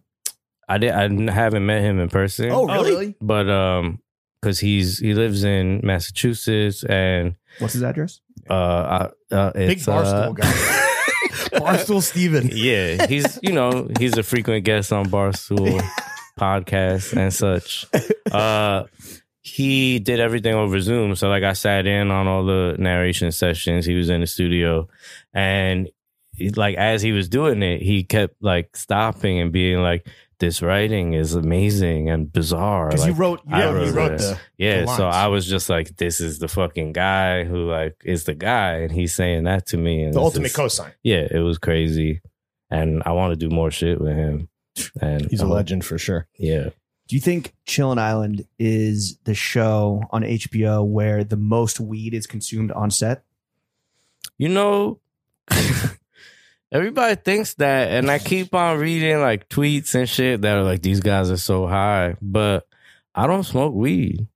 I did. I n- haven't met him in person.
Oh,
but um, because he's he lives in Massachusetts and
What's his address?
uh, I, uh
big
it's,
barstool
uh,
guy, barstool Steven.
yeah, he's you know he's a frequent guest on Barstool podcasts and such. Uh, he did everything over Zoom, so like I sat in on all the narration sessions. He was in the studio, and he- like as he was doing it, he kept like stopping and being like, "This writing is amazing and bizarre."
Because
Like,
you wrote, you
I
wrote, you
wrote
wrote
it.
the
Yeah,
the
so
lines.
I was just like, this is the fucking guy who like is the guy, and he's saying that to me. And
the
it's
ultimate
just-
cosign.
Yeah, it was crazy, and I want to do more shit with him. And
He's a
I'm-
legend for sure.
Yeah,
Do you think Chillin' Island is the show on HBO where the most weed is consumed on set?
you know, everybody thinks that, and I keep on reading like tweets and shit that are like, these guys are so high, but I don't smoke weed.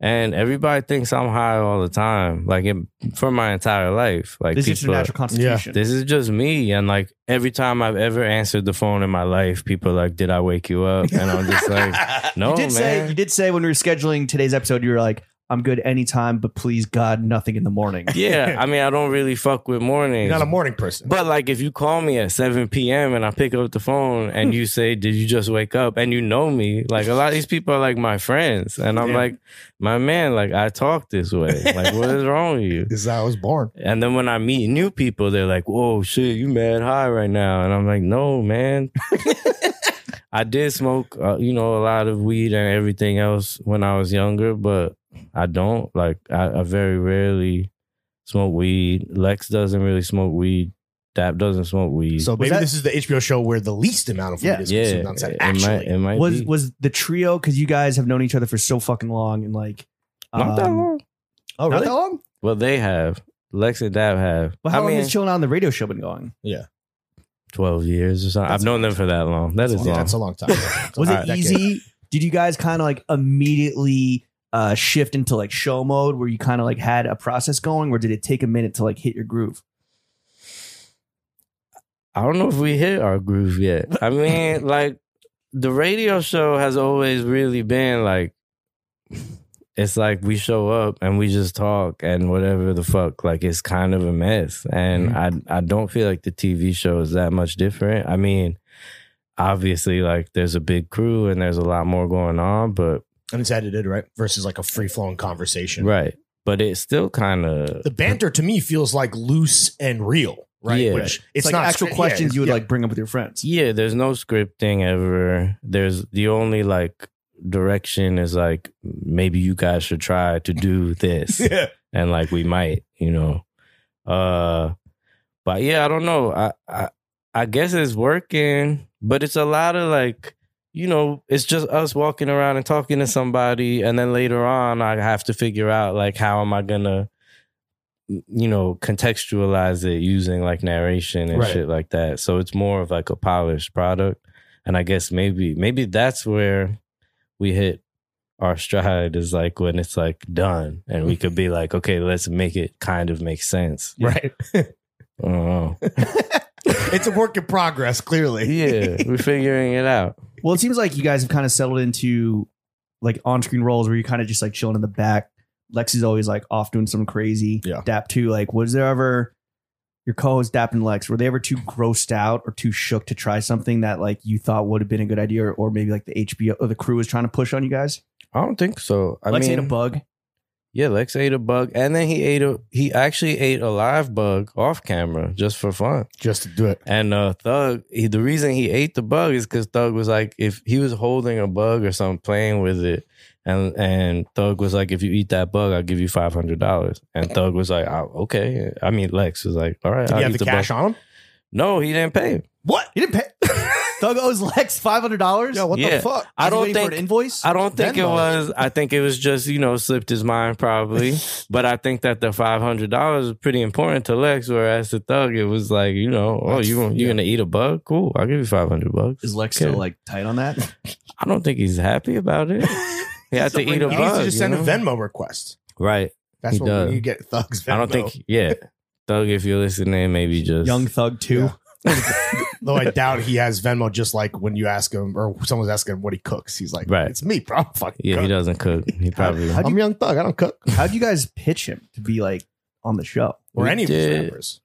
And everybody thinks I'm high all the time, like it, for my entire life. Like
this is just
people-
your natural constitution.
This is just me. And like every time I've ever answered the phone in my life, people are like, Did I wake you up? And I'm just like, No,
you did
Oh, man.
say you did say when we were scheduling today's episode, you were like, "I'm good anytime, but please God, nothing in the morning."
yeah. I mean, I don't really fuck with
You're
mornings.
not a morning person.
but like if you call me at 7 p.m. and I pick up the phone
Hmm.
and you say, Did you just wake up? And you know me, like a lot of these people are like my friends. And I'm
Yeah.
like, My man, like I talk this way. Like, what is wrong with you?
this is how I was born.
And then when I meet new people, they're like, "Whoa, shit, you mad high right now?" And I'm like, "No, man." I did smoke, uh, you know, a lot of weed and everything else when I was younger, but I don't like. I, I very rarely smoke weed. Lex doesn't really smoke weed. Dap doesn't smoke weed.
So maybe
that-
this is the HBO show where the least amount of weed
Yeah.
is
yeah,
consumed on set.
it
Actually,
might. It might
was
be.
was the trio because you guys have known each other for so fucking long and like
not that
um,
long.
Oh,
not
really?
that long.
Well, they have. Lex and Dap have.
Well, how
I
long
mean,
has chilling on the radio show been going?
twelve years or something.
That's
I've known them for that long. That is
yeah,
long.
that's a long time. It's a
Was
long
it
decade.
easy? Did you guys kind of like immediately uh, shift into like show mode where you kind of like had a process going, or did it take a minute to like hit your groove?
I don't know if we hit our groove yet. I mean, like the radio show has always really been like it's like we show up and we just talk and whatever the fuck. Like it's kind of a mess. And I I don't feel like the TV show is that much different. I mean, obviously like there's a big crew and there's a lot more going on, but
And it's edited, right? Versus like a free flowing conversation.
right. But it's still kind of
The banter to me feels like loose and real, right?
Yeah.
Which
It's, like actual
script- yeah,
questions
it's-
you would
yeah.
like bring up with your friends.
Yeah, there's no scripting ever. There's the only like direction is like maybe you guys should try to do this
Yeah.
and like we might, you know. Uh but yeah, I don't know. I I I guess it's working, but it's a lot of like you know, it's just us walking around and talking to somebody and then later on I have to figure out like how am I going to you know, contextualize it using like narration and
Right.
shit like that. So it's more of like a polished product. And I guess maybe maybe that's where we hit our stride is like when it's like done and we could be like, okay, let's make it kind of make sense.
Right.
I don't know.
it's a work in progress, clearly.
yeah, we're figuring it out.
Well, it seems like you guys have kind of settled into like on-screen roles where you're kind of just like chilling in the back. Lexi's always like off doing some crazy
Yeah.
dap too. Like, was there ever your co-host Dap and Lex, were they ever too grossed out or too shook to try something that like you thought would have been a good idea or, or maybe like the HBO or the crew was trying to push on you guys?
I don't think so. I
Lex
mean,
ate a bug.
yeah, Lex ate a bug, and then he ate a he actually ate a live bug off camera just for fun.
Just to do it.
And uh, Thug, he, the reason he ate the bug is because Thug was like, if he was holding a bug or something, playing with it, and and Thug was like, if you eat that bug, I'll give you five hundred dollars. And Thug was like, oh, okay. I mean, Lex was like, all right,
Did
I'll
you have
eat
the cash
bug.
on him?
No, he didn't pay.
What? He didn't pay Thug owes Lex five hundred dollars?
Yeah, what
Yeah.
the fuck?
I don't
waiting for
think
an invoice?
I don't think it
Venmo.
was. I think it was just you know slipped his mind probably. but I think that the five hundred dollars is pretty important to Lex, whereas to Thug, it was like you know, oh, you gonna- you gonna eat a bug? Cool, I'll give you five hundred bucks.
Is Lex
Okay.
still like tight on that?
I don't think he's happy about it. He had to eat a
He needs
bug.
to just
you
send
know?
a Venmo request.
Right.
That's
He
what
does.
we you get thugs. Venmo.
I don't think. Yeah. Thug, if you're listening, maybe just
Young Thug too.
Yeah. Though I doubt he has Venmo. Just like when you ask him, or someone's asking him what he cooks, he's like,
Right.
"It's me, bro. I'm fucking
Yeah,
cook.
he doesn't cook. He probably.
How'd
I'm young thug. I don't cook
How'd you guys pitch him to be like on the show?
or
We
any of his
did-
rappers."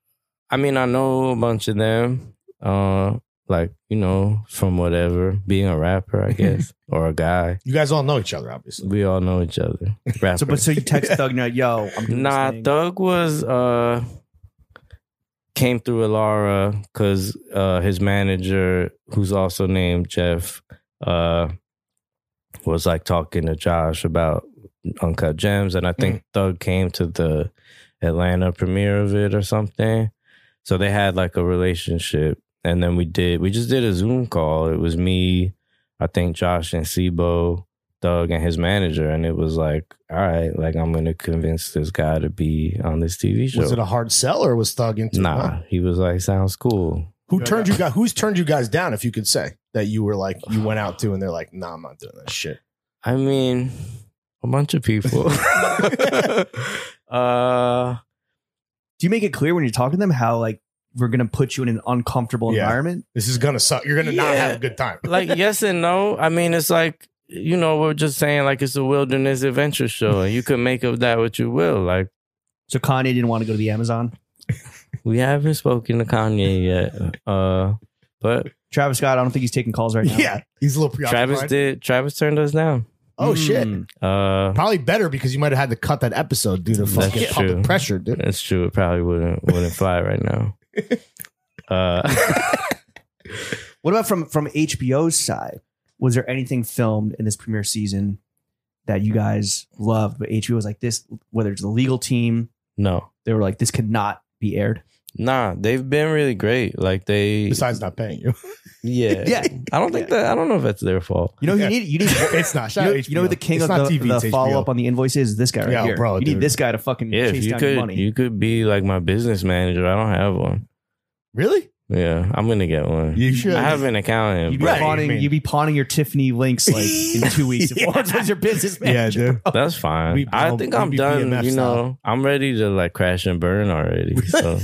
I mean, I know a bunch of them. Uh, like you know, from whatever being a rapper, I guess, or a guy.
You guys all know each other, obviously.
We all know each other. Rapper.
So, but so you text Thug and you're like, yo, I'm doing
nah,
this thing.
Thug was uh came through Alara because uh his manager, who's also named Jeff, uh was like talking to Josh about Uncut Gems, and I think
Mm-hmm.
Thug came to the Atlanta premiere of it or something. So they had like a relationship, and then we did we just did a Zoom call. It was me, I think Josh and Sibo, Thug and his manager, and it was like, all right, like I'm gonna convince this guy to be on this TV show.
Was it a hard sell or was thug into? it?
nah,
Huh?
he was like, sounds cool.
Who turned you guys? Who's turned you guys down? If you could say that you were like you went out to, and they're like, "Nah, I'm not doing that shit."
I mean, a bunch of people. uh
Do you make it clear when you're talking to them how like we're gonna put you in an uncomfortable
Yeah.
environment?
This is gonna suck. You're gonna not
Yeah.
have a good time.
like yes and no. I mean, it's like you know, we're just saying like it's a wilderness adventure show, and you can make of that what you will. Like
So Kanye didn't want to go to the Amazon.
we haven't spoken to Kanye yet, uh, but
Travis Scott, I don't think he's taking calls right now.
Yeah, he's a little preoccupied.
Travis did. Travis turned us down.
Oh shit.
Mm.
Uh,
Probably better because you might have had to cut that episode due to
That's
fucking
true.
public pressure, dude.
that's true. It probably wouldn't wouldn't fly right now. Uh,
What about from from HBO's side? Was there anything filmed in this premiere season that you guys loved, but HBO was like this? Whether it's the legal team,
no,
they were like, this could not be aired.
nah, they've been really great. Like they,
Besides not paying you,
yeah, I don't think that. I don't know if that's their fault.
You know,
Yeah.
you need you need.
it's not.
You
Shout
know,
out
you know
HBO.
the king
It's
of
not
the,
TV, it's
follow
HBO.
up on the invoices is this guy right
Yeah,
here.
bro,
you need
dude.
this guy to fucking
Yeah, if
chase
you
down your
could,
money.
you could be like my business manager. I don't have one.
Really?
Yeah, I'm gonna get one.
You should.
I have an accountant.
You'd be
but
Right.
pawning.
I mean-
You'd be pawning your Tiffany links like in two weeks. If
Yeah.
Lawrence was your business
Yeah,
manager.
dude.
That's fine.
We'd be
I
all-
think
we'd
I'm
be
done.
BMF
You know, I'm ready to like crash and burn already. So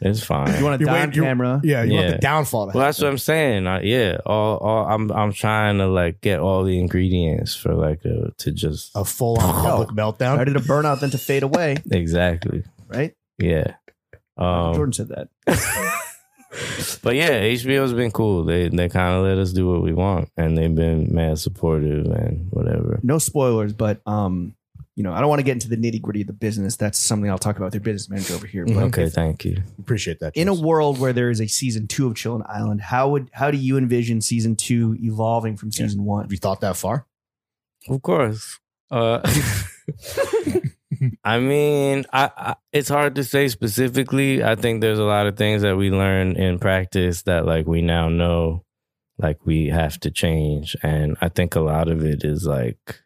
It's fine.
You want a
You're
Don
waiting- you're-
camera?
Yeah, you want
Yeah.
the downfall. To
Well, that's
happen.
what I'm saying. I, yeah, all, all I'm I'm trying to like get all the ingredients for like a, to just
a full on public meltdown.
Better to burn out than to fade away,
exactly
right?
yeah. Um,
Jordan said that.
but yeah, HBO's been cool. They they kind of let us do what we want, and they've been mad supportive and whatever.
No spoilers, but um, you know, I don't want to get into the nitty gritty of the business. That's something I'll talk about with their business manager over
Mm-hmm.
here. But
Okay, thank you.
Appreciate that.
in a
Chase.
world where there is a season two of Chillin Island, how would how do you envision season two evolving from season one?
have you thought that far?
Of course. Uh, I mean, I, I it's hard to say specifically. I think there's a lot of things that we learn in practice that like we now know like we have to change and I think a lot of it is like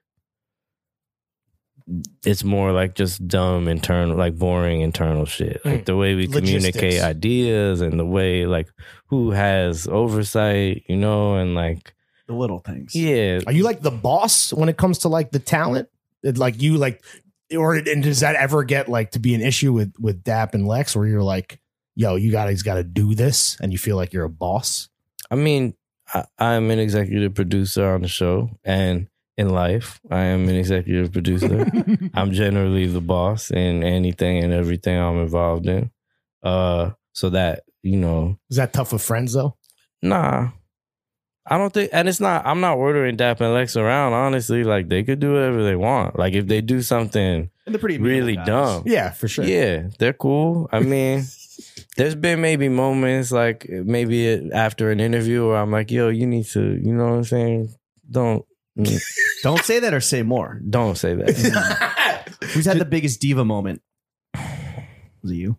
it's more like just dumb internal like boring internal shit. Like the way we communicate
Logistics.
ideas and the way like who has oversight, you know, and like
The little things.
yeah,
Are you like the boss when it comes to like the talent? It- Like you like, or and does that ever get like to be an issue with with Dap and Lex, where you're like, yo, you guys got to do this, and you feel like you're a boss?
I mean, I, I'm an executive producer on the show, and in life, I am an executive producer. I'm generally the boss in anything and everything I'm involved in. Uh, so that you know,
Is that tough with friends though?
nah, I don't think, and it's not. I'm not ordering Dap and Lex around. Honestly, like they could do whatever they want. Like if they do something
And they're pretty
really
guys.
dumb,
Yeah, for sure.
yeah, they're cool. I mean, there's been maybe moments like maybe after an interview where I'm like, "Yo, you need to," you know what I'm saying? Don't mm,
Don't say that or say more.
don't say that.
Who's had the biggest diva moment? Was it you?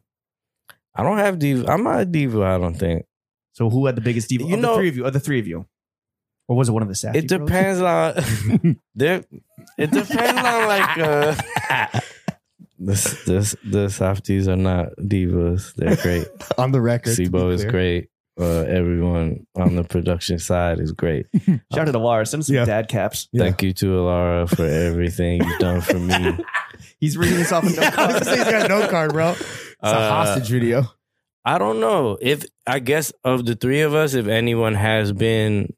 I don't have diva. I'm not a diva. I don't think
So who had the biggest diva?
You
of the
know-
three of you. Of the three of you. Or was it one of the Safdie
it
brothers?
depends on there. It depends on like uh, the the the softies are not divas. They're great.
on the record, to be
Sibo is
clear.
great. Uh, everyone on the production side is great.
Shout out to Lara. Send us some
Yeah.
dad caps.
Yeah.
Thank you to Alara for everything you've done for me.
He's reading this off of no
Yeah, I
card.
was gonna say he's got a note card, bro. It's a
Uh,
hostage video.
I don't know if I guess of the three of us, if anyone has been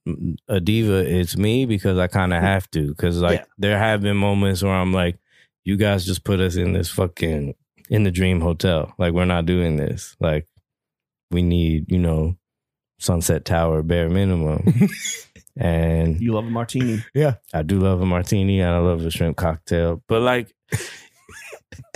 a diva, it's me because I kind
Mm-hmm.
of have to. Because like
Yeah.
there have been moments where I'm like, you guys just put us in this fucking in the dream hotel. Like we're not doing this. Like we need you know Sunset Tower bare minimum. and
You love a martini.
I do love a martini and I love a shrimp cocktail, but like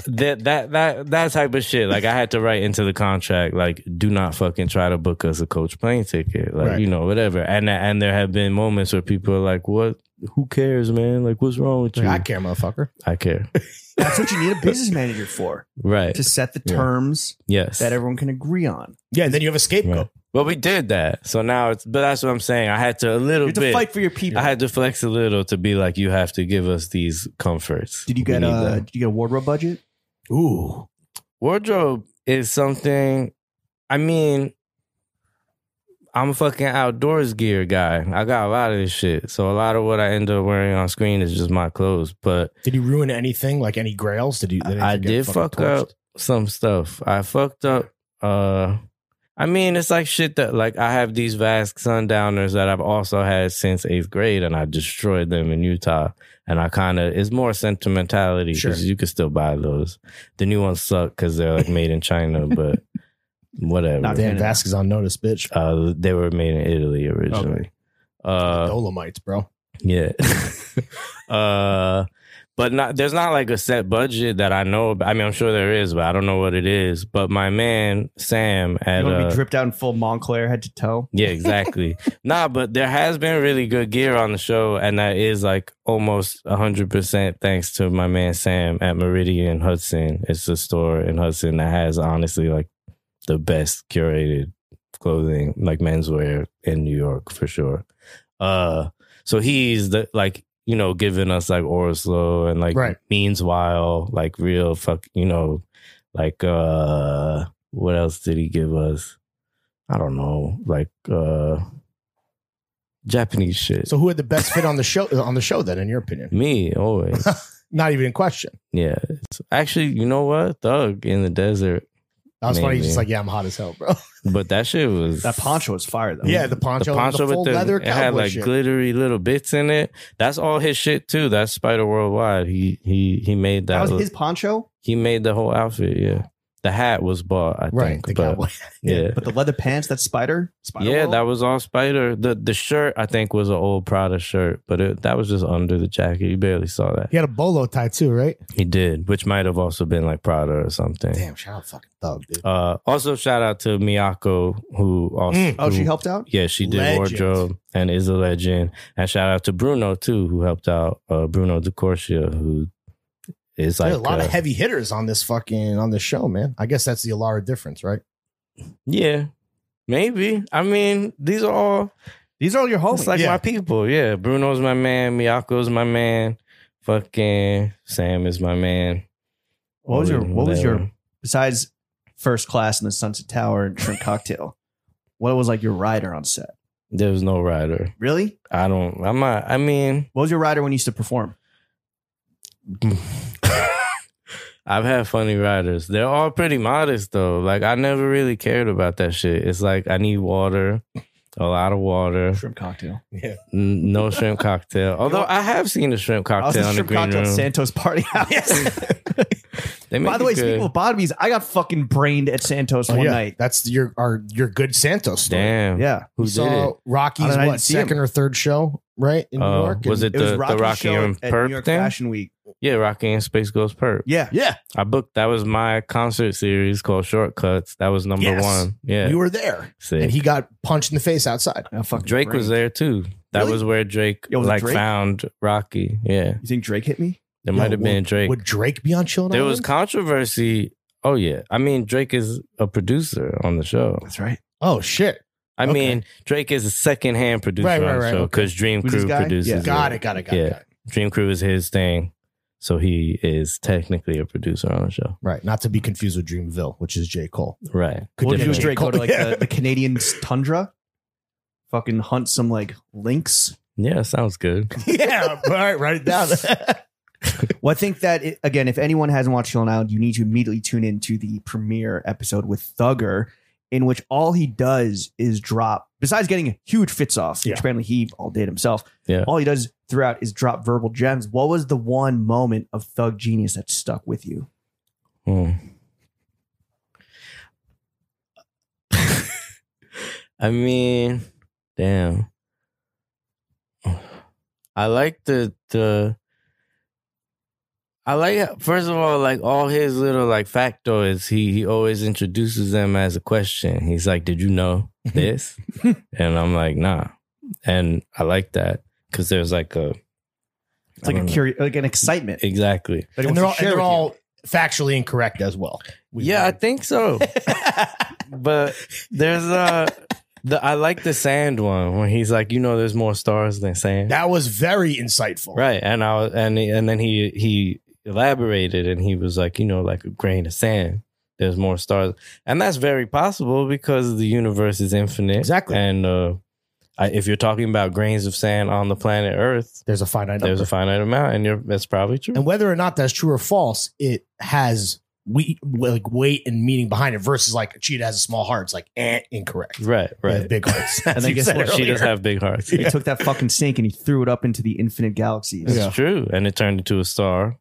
that that that that type of shit. Like I had to write into the contract, like do not fucking try to book us a coach plane ticket, like
Right.
you know whatever. And and there have been moments where people are like, "What? Who cares, man? Like what's wrong with you?
I care, motherfucker.
I care,
That's what you need a business manager for.
right?
To set the
Yeah.
terms
yes,
that everyone can agree on.
Yeah, and then you have a scapegoat.
Right. Well, we did that, so now it's. But that's what I'm saying. I had to a
You
little
have to
bit.
fight for your people.
I had to flex a little to be like, you have to give us these comforts.
Did you
We
get uh,
need
a
that.
did you get a wardrobe budget?
Ooh,
wardrobe is something i mean i'm a fucking outdoors gear guy i got a lot of this shit so a lot of what i end up wearing on screen is just my clothes but
did he ruin anything? Like any grails? Did he? Did
I
anything get
did
fucking
fuck up
torched?
some stuff. I fucked up. Uh, I mean, it's like shit that like I have these vast sundowners that I've also had since eighth grade, and I destroyed them in Utah. And I kind of it's more sentimentality
Sure.
because you can still buy those. The new ones suck because they're like made in China, but whatever.
Not
Damn,
Canada.
Vasquez on notice, bitch.
uh, they were made in Italy originally. Uh,
Dolomites, bro.
yeah. uh but not there's not like a set budget that I know about. I mean, I'm sure there is, but I don't know what it is. But my man Sam
You
at
want to
uh,
be dripped out in full Montclair head to toe?
yeah, exactly. nah, but there has been really good gear on the show, and that is like almost hundred percent thanks to my man Sam at Meridian Hudson. It's a store in Hudson that has honestly like the best curated clothing, like menswear in New York for sure. Uh, so he's the like you know giving us like Oroslo and like
Right.
Meanswile, like real fuck you know, like uh, what else did he give us? I don't know, like uh Japanese shit.
So who had the best fit on the show? On the show, then, in your opinion,
me always.
not even in question.
yeah. It's- actually, you know what? Thug in the desert.
That was funny. He's just
Maybe.
like, yeah, I'm hot as hell, bro.
But that shit was
That poncho was fire though.
yeah, the poncho, the, full leather
it had
cowboy
like
shit.
glittery little bits in it. That's all his shit too. That's Spider Worldwide. He he he made
that
that.
was
look-
his poncho,
he made the whole outfit. Yeah, the hat was bought. I
right,
think.
the
but
cowboy.
yeah,
but the leather pants that spider. spider
yeah,
world?
that was all Spider. The the shirt I think was an old Prada shirt, but it, that was just under the jacket. You barely saw that.
He had a bolo tie too, right?
He did, which might have also been like Prada or something.
Damn, shout out fucking thug, dude.
Uh, also, shout out to Miyako, who also
Mm.
Oh, she
who-
helped out.
Yeah, she did
Legend.
wardrobe and is a legend. And shout out to Bruno too, who helped out uh, Bruno DeCorsia, who is like
There's a lot
uh,
of heavy hitters on this fucking on this show, man. I guess that's the Alara difference, right?
yeah, maybe. I mean, these are all
These are all your homies.
it's like
yeah.
my people. Yeah, Bruno's my man. Miyako's my man. Fucking Sam is my man.
What was your- what was your-
Whatever.
Besides first class in the Sunset Tower and shrimp cocktail, what was like your rider on set?
There was no rider.
Really?
I don't. I'm not. I mean.
What was your rider when you used to perform?
I've had funny riders. They're all pretty modest though. Like I never really cared about that shit. It's like I need water, a lot of water,
Shrimp cocktail.
Yeah.
n- no shrimp cocktail. Although I have seen a shrimp
I was
cocktail
at
in the
shrimp
green
cocktail at
room.
Santos Party House.
They make
By the
it
way,
good.
speaking of bottomies, I got fucking brained at Santos one
Oh, yeah.
night.
That's your our your good Santos story.
damn,
Yeah.
who
We
did
saw
it?
I
Rocky's
didn't- I
what
didn't see him.
second or third show, right? In
Uh,
New York.
was
And-
it the the Rocky,
show
and
at New
Perp
York
thing?
Fashion Week.
Yeah, Rocky and Space Ghost Perp.
Yeah.
Yeah.
I booked. That was my concert series called Shortcuts. That was number
Yes.
one. Yeah,
You were there.
Sick.
And he got punched in the face outside.
I fucking
Drake was
brained.
there too. That
Really?
was where Drake
Yo, was it
like
Drake?
found Rocky. Yeah,
You think Drake hit me?
there
Yo,
might have been
would-
Drake.
Would Drake be on Chill
there
Island?
was controversy. Oh yeah, I mean Drake is a producer on the show.
That's right.
oh shit.
I
Okay.
mean Drake is a secondhand producer
Right, right,
on the
right,
show
okay.
because Dream
Who's this
Crew
guy?
produces.
Yeah.
it.
Got it, got it, got
Yeah.
it, got it.
Dream Crew is his thing, so he is technically a producer on the show.
Right. Not to be confused with Dreamville, which is J. Cole.
Right.
Could
what did
you
you and
do
Drake go to like
Yeah.
the, the Canadian tundra? Fucking hunt some like lynx.
Yeah, sounds good.
yeah. All right, write it down.
Well, I think that it, again, if anyone hasn't watched Chillin' Island, you need to immediately tune in to the premiere episode with Thugger, in which all he does is drop. Besides getting huge fits off,
Yeah.
which apparently he all did himself.
Yeah.
All he does throughout is drop verbal gems. What was the one moment of Thug genius that stuck with you?
Hmm. I mean, damn. I like the the. I like first of all, like all his little like factoids. He he always introduces them as a question. He's like, "Did you know this?" and I'm like, "Nah." And I like that because there's like a
It's like a curi- like an excitement.
exactly.
that he
and they're all,
wants to
and
share
they're
with
all factually incorrect as well. We've
yeah, I
learned.
think so. but there's uh the I like the sand one when he's like, you know, there's more stars than sand.
that was very insightful.
right. And I was, and and then he he elaborated and he was like, you know, like a grain of sand. There's more stars. And that's very possible because the universe is infinite.
Exactly.
And uh I, if you're talking about grains of sand on the planet Earth,
There's a finite
there's
number.
a finite amount, and you're, that's probably true.
and whether or not that's true or false, it has we like weight and meaning behind it versus like a cheetah has a small heart. It's like eh, incorrect.
right,
They
right.
have big hearts.
And then
You
guess
said
what?
she
earlier.
does have big hearts.
you. He took that fucking snake and he threw it up into the infinite galaxies.
It's
Yeah.
true. And it turned into a star,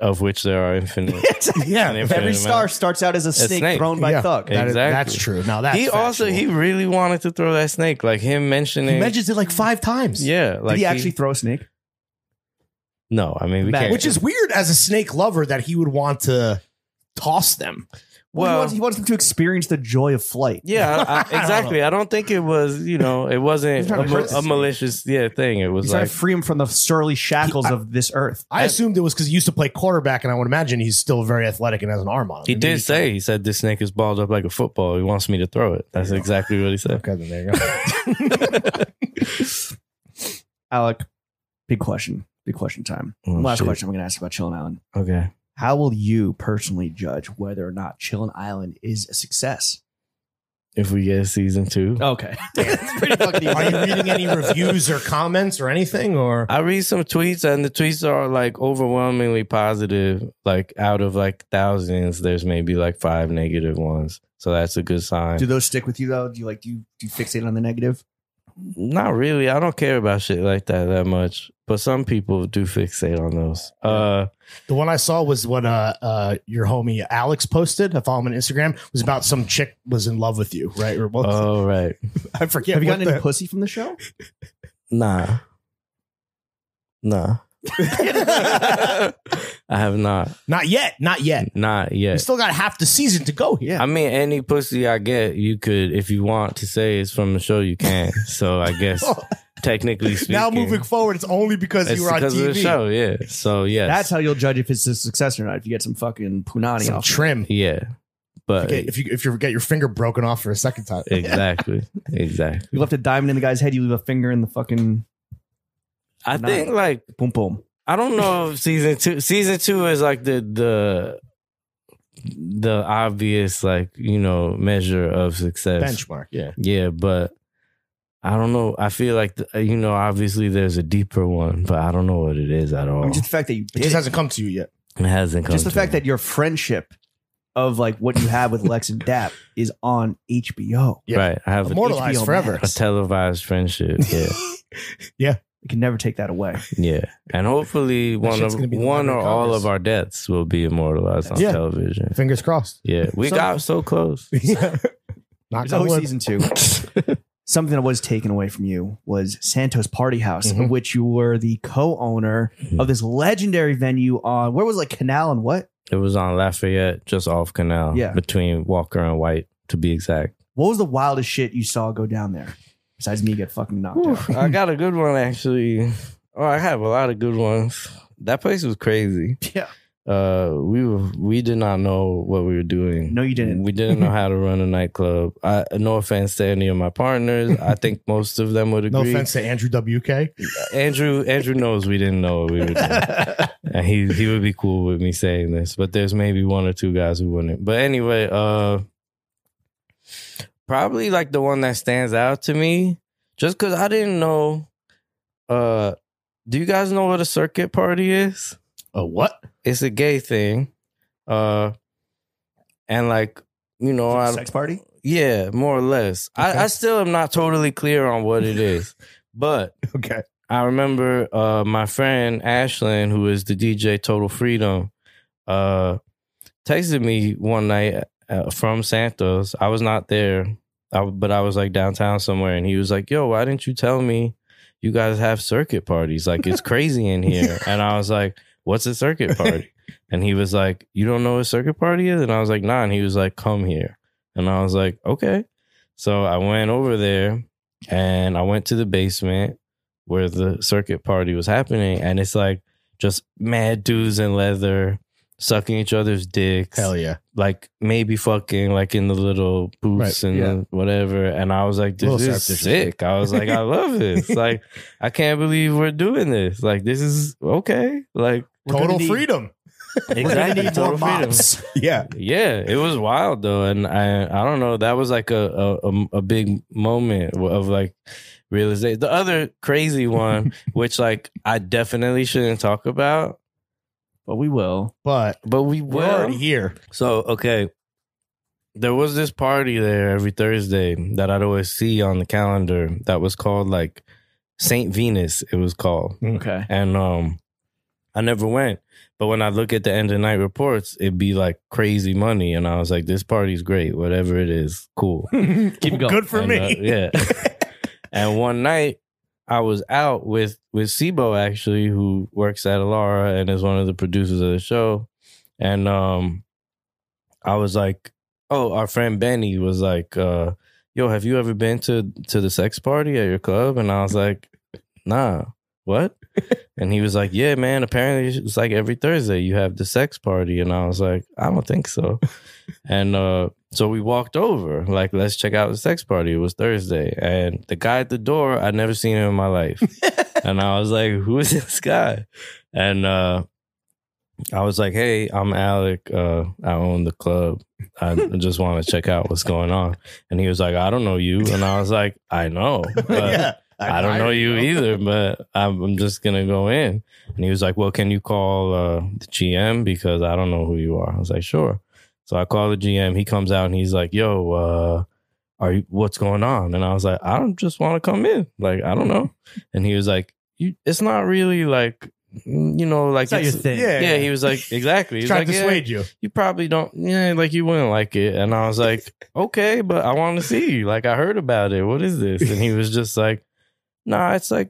of which there are infinite.
yeah.
an
that-
infinite
Every star
amount.
starts out as a snake,
snake.
thrown by
Yeah.
Thug.
Yeah.
is-
Exactly.
that's true. Now that's
he also he
factual.
really wanted to throw that snake. Like him mentioning
he mentions it like five times.
Yeah. Like
Did he actually throw a snake?
No, I mean we
Matt,
can't
Which is weird as a snake lover that he would want to toss them.
he,
well
wants, he wants them to experience the joy of flight.
yeah, I, I,
I don't
exactly. I don't think it was, you know, it
He's
wasn't
trying
a,
to hurt
ma-
the
a
snake.
malicious yeah thing. It was
He's trying
like
to free him from the surly shackles
He- I-
of this earth.
I assumed it was because he used to play quarterback, and I would imagine he's still very athletic and has an arm on him.
he
And maybe
did say he said this snake is balled up like a football. He wants me to throw it. That's exactly what he said.
Okay, then there you go.
Alec, big question. Big question time.
Oh,
Last
shit.
question I'm going to ask about Chillin' Island.
Okay.
How will you personally judge whether or not Chillin' Island is a success?
if we get season two.
Okay. It's pretty fucking easy.
Are you reading any reviews or comments or anything? Or
I read some tweets and the tweets are like overwhelmingly positive. Like out of like thousands, there's maybe like five negative ones. So that's a good sign.
Do those stick with you though? Do you like do you do you fixate on the negative?
Not really. I don't care about shit like that that much. But some people do fixate on those. Uh,
the one I saw was what uh, uh your homie Alex posted. I follow him on Instagram. It was about some chick was in love with you, right? Or what?
oh right,
I forget.
Have you
what
gotten any
the-
pussy from the show?
nah, nah. I have not,
not yet. Not yet.
not
We
yet.
still got half the season to go here.
I mean, any pussy I get, you could, if you want to say it's from the show, you can. So I guess technically speaking,
Oh, now moving forward, it's only because
it's
you were on
because
TV.
of the show. Yeah. So yes,
That's how you'll judge if it's a success or not. If you get some fucking punani
Some
off.
trim.
yeah. But
Okay, if you if you get your finger broken off for a second time,
exactly, exactly.
you left a diamond in the guy's head, you leave a finger in the fucking
I
Nah.
think like
boom boom.
I don't know if season two season two is like the the the obvious like you know measure of success.
benchmark. Yeah,
Yeah, but I don't know. I feel like the, uh, you know obviously there's a deeper one, but I don't know what it is at
I
all.
mean, just the fact that you
it
did
just
it.
hasn't come to you yet.
it hasn't come.
just the
to
fact
me.
that your friendship of like what you have with Lex and Dap is on HBO.
yeah.
right, I have a,
Immortalized
HBO
forever.
a televised friendship. Yeah.
You can never take that away.
Yeah, and hopefully one
shit's
of
gonna be in the
one or
Library of
all
Congress.
of our deaths will be immortalized on
Yeah.
television.
Fingers crossed.
Yeah, we
So-
got so close.
Knock
There's
on
always
wood.
season two. Something that was taken away from you was Santos Party House,
Mhm.
of which you were the co-owner
Mm-hmm.
of this legendary venue on where was it, like Canal and what?
It was on Lafayette, just off Canal,
Yeah.
between Walker and White, to be exact.
What was the wildest shit you saw go down there? Besides me get fucking knocked out.
I got a good one actually. Oh, I have a lot of good ones. That place was crazy.
Yeah.
Uh, we were we did not know what we were doing.
No, you didn't.
We didn't know how to run a nightclub. I no offense to any of my partners. I think most of them would agree.
No offense to Andrew WK.
Andrew Andrew knows we didn't know what we were doing. and he he would be cool with me saying this, but there's maybe one or two guys who wouldn't. But anyway, uh probably like the one that stands out to me just cuz I didn't know uh do you guys know what a circuit party is?
A what?
It's a gay thing. Uh and like, you know, Oh, I,
Sex party?
yeah, more or less.
Okay.
I, I still am not totally clear on what it is. but
Okay.
I remember uh, my friend Ashlyn, who is the DJ Total Freedom, uh, texted me one night uh, from Santos. I was not there, I, but I was like downtown somewhere, and he was like, "Yo, why didn't you tell me you guys have circuit parties? Like it's crazy in here." and I was like, "What's a circuit party?" and he was like, "You don't know what a circuit party is?" And I was like, "Nah." And he was like, "Come here," and I was like, "Okay." So I went over there, and I went to the basement where the circuit party was happening, and it's like just mad dudes in leather sucking each other's dicks,
Hell yeah.
like maybe fucking like in the little booths
Right,
and
yeah.
whatever. And I was like,
Little
this is
surreptitious.
sick. I was like, I love this. like, I can't believe we're doing this. Like, this is okay. Like,
We're gonna
Total
need-
freedom.
exactly,
need
total
more
freedom.
mops.
Yeah.
Yeah, it was wild though, and I I don't know. That was like a a, a, a big moment of like realization. The other crazy one, which like I definitely shouldn't talk about,
But we will.
But
but we
we're
will.
already here.
So okay, there was this party there every Thursday that I'd always see on the calendar that was called like Saint Venus. It was called,
Okay.
and um, I never went. But when I look at the end of night reports, it'd be like crazy money, and I was like, "This party's great, whatever it is, cool."
Keep going.
Good for
And, uh,
me.
yeah. and one night I was out with with Sibo actually, who works at Alara and is one of the producers of the show. And um I was like, oh, our friend Benny was like, uh, yo, have you ever been to to the sex party at your club? And I was like, nah, what? and he was like, yeah, man, apparently it's like every Thursday you have the sex party. And I was like, I don't think so. And uh, so we walked over, like, let's check out the sex party. It was Thursday. And the guy at the door, I'd never seen him in my life. and I was like, who is this guy? And uh, I was like, "Hey, I'm Alec. Uh, I own the club. I just want to check out what's going on." And he was like, "I don't know you," and I was like, "I know, but I, don't know you either. But I'm, I'm just gonna go in." And he was like, "Well, can you call uh, the GM because I don't know who you are?" I was like, "Sure." So I call the GM. He comes out and he's like, "Yo, uh, are you? What's going on?" And I was like, "I don't just want to come in. Like, I don't know." And he was like, you, "It's not really like." You know, like
It's not your thing.
Yeah.
yeah, he was like, exactly. He was
Trying
like,
to
yeah,
dissuade you.
you probably don't, yeah, like you wouldn't like it. And I was like, okay, but I want to see. Like I heard about it. What is this? And he was just like, nah, it's like,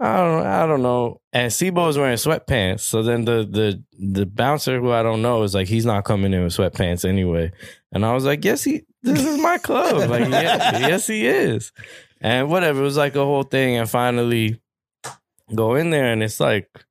I don't, I don't know. And Sibo was wearing sweatpants. So then the the the bouncer who I don't know is like, he's not coming in with sweatpants anyway. And I was like, yes, he. This is my club. Like, yeah, yes, he is. And whatever. It was like a whole thing. And finally, go in there, and it's like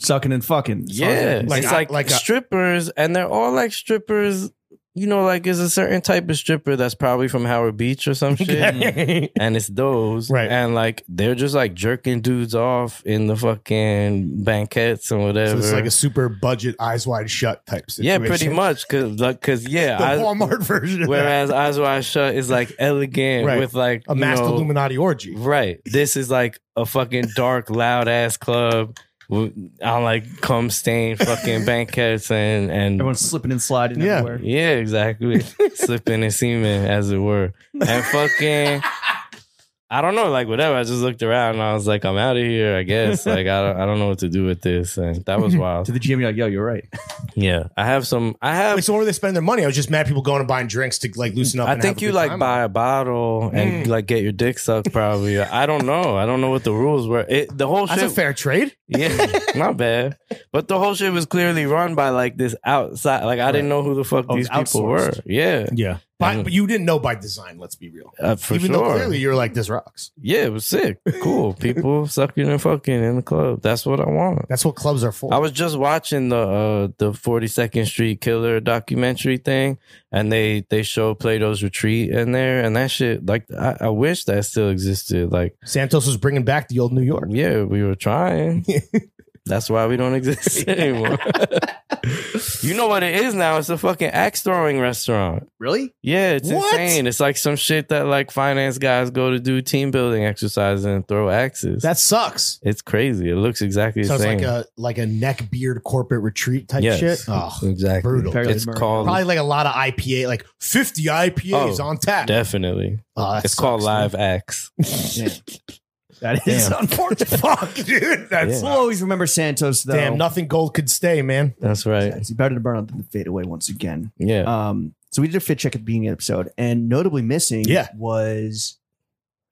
Sucking and fucking.
yeah,
Like
like it's
a-
like,
like a-
strippers, and they're all like strippers. You know, like is a certain type of stripper that's probably from Howard Beach or some shit, and it's those,
Right.
And like they're just like jerking dudes off in the fucking banquettes and whatever.
So it's like a super budget, eyes wide shut type
yeah,
situation.
pretty much, cause like, cause yeah.
The
I-
Walmart version. Of that.
whereas Eyes Wide Shut is like elegant
Right.
with like
A
you
masked
know,
Illuminati orgy.
Right. This is like a fucking dark, loud ass club. with- on like cum stained fucking banquettes and and
Everyone's slipping and sliding
Yeah.
everywhere.
Yeah, exactly. Slipping and semen, as it were. And fucking, I don't know, like whatever. I just looked around and I was like, I'm out of here, I guess. Like, I don't, I don't know what to do with this. And that was
To
wild.
the gym, you're like, yo, you're right.
Yeah. I have some, I have,
Wait, so where do they spend their money? I was just mad people going and buying drinks to like loosen up.
I
and
think
have a
you
good
like
time. Mm.
buy a bottle and like get your dick sucked, probably. I don't know. I don't know what the rules were. It, the whole
That's
shit.
a fair trade.
Yeah, not bad. But the whole shit was clearly run by like this outside. Like I didn't know who the fuck
Oh,
these people were.
outsourced.
Yeah,
Yeah, but,
Mhm.
but you didn't know by design. Let's be real.
uh, for
Even
sure.
though clearly you're like this rocks.
Yeah, it was sick. Cool. People sucking and fucking in the club. That's what I want.
That's what clubs are for.
I was just watching the uh, the Forty Second Street Killer documentary thing, and they they show Plato's Retreat in there, and that shit. Like, I, I wish that still existed. Like,
Santos was bringing back the old New York.
yeah, we were trying. That's why we don't exist anymore. you know what it is now? It's a fucking axe throwing restaurant.
Really?
Yeah, it's
What?
insane. It's like some shit that like finance guys go to do team building exercises and throw axes.
That sucks.
It's crazy. It looks exactly
Sounds
the same.
like a like a neck beard corporate retreat type
Yes.
shit. Oh,
exactly.
brutal.
Apparently
It's
Murray.
called
probably like a lot of IPA, like fifty IPAs
Oh,
on tap.
definitely.
Oh, that
It's called
sucks,
live axe.
That is
Damn.
unfortunate.
dude. Fuck, dude. That's
We'll always remember Santos, though.
damn. Nothing gold could stay, man.
That's right.
It's better to burn out than to fade away once again.
Yeah.
Um, so we did a fit check at the beginning of the episode, and notably missing
Yeah. Oh,
was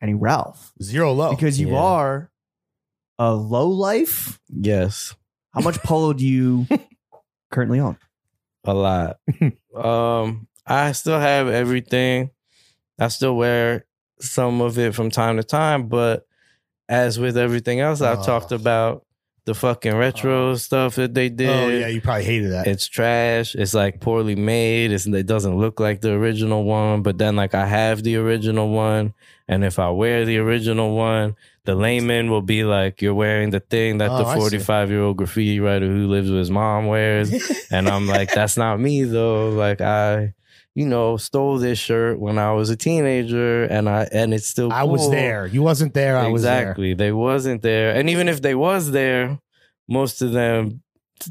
any Ralph.
Zero low.
because you
Yeah.
are a low life.
yes.
How much polo do you currently own?
A lot. um, I still have everything. I still wear some of it from time to time, but as with everything else I've
Oh.
talked about, the fucking retro stuff that they did.
oh yeah, you probably hated that.
It's trash. It's like poorly made. It's, it doesn't look like the original one. But then, like, I have the original one. And if I wear the original one, the layman will be like, You're wearing the thing that
Oh,
the
I see.
45 year old graffiti writer who lives with his mom wears. and I'm like, That's not me, though. Like, I. You know, stole this shirt when I was a teenager, and I and it's still.
I was
cool
there. You wasn't there. I was there.
exactly. They wasn't there, and even if they was there, most of them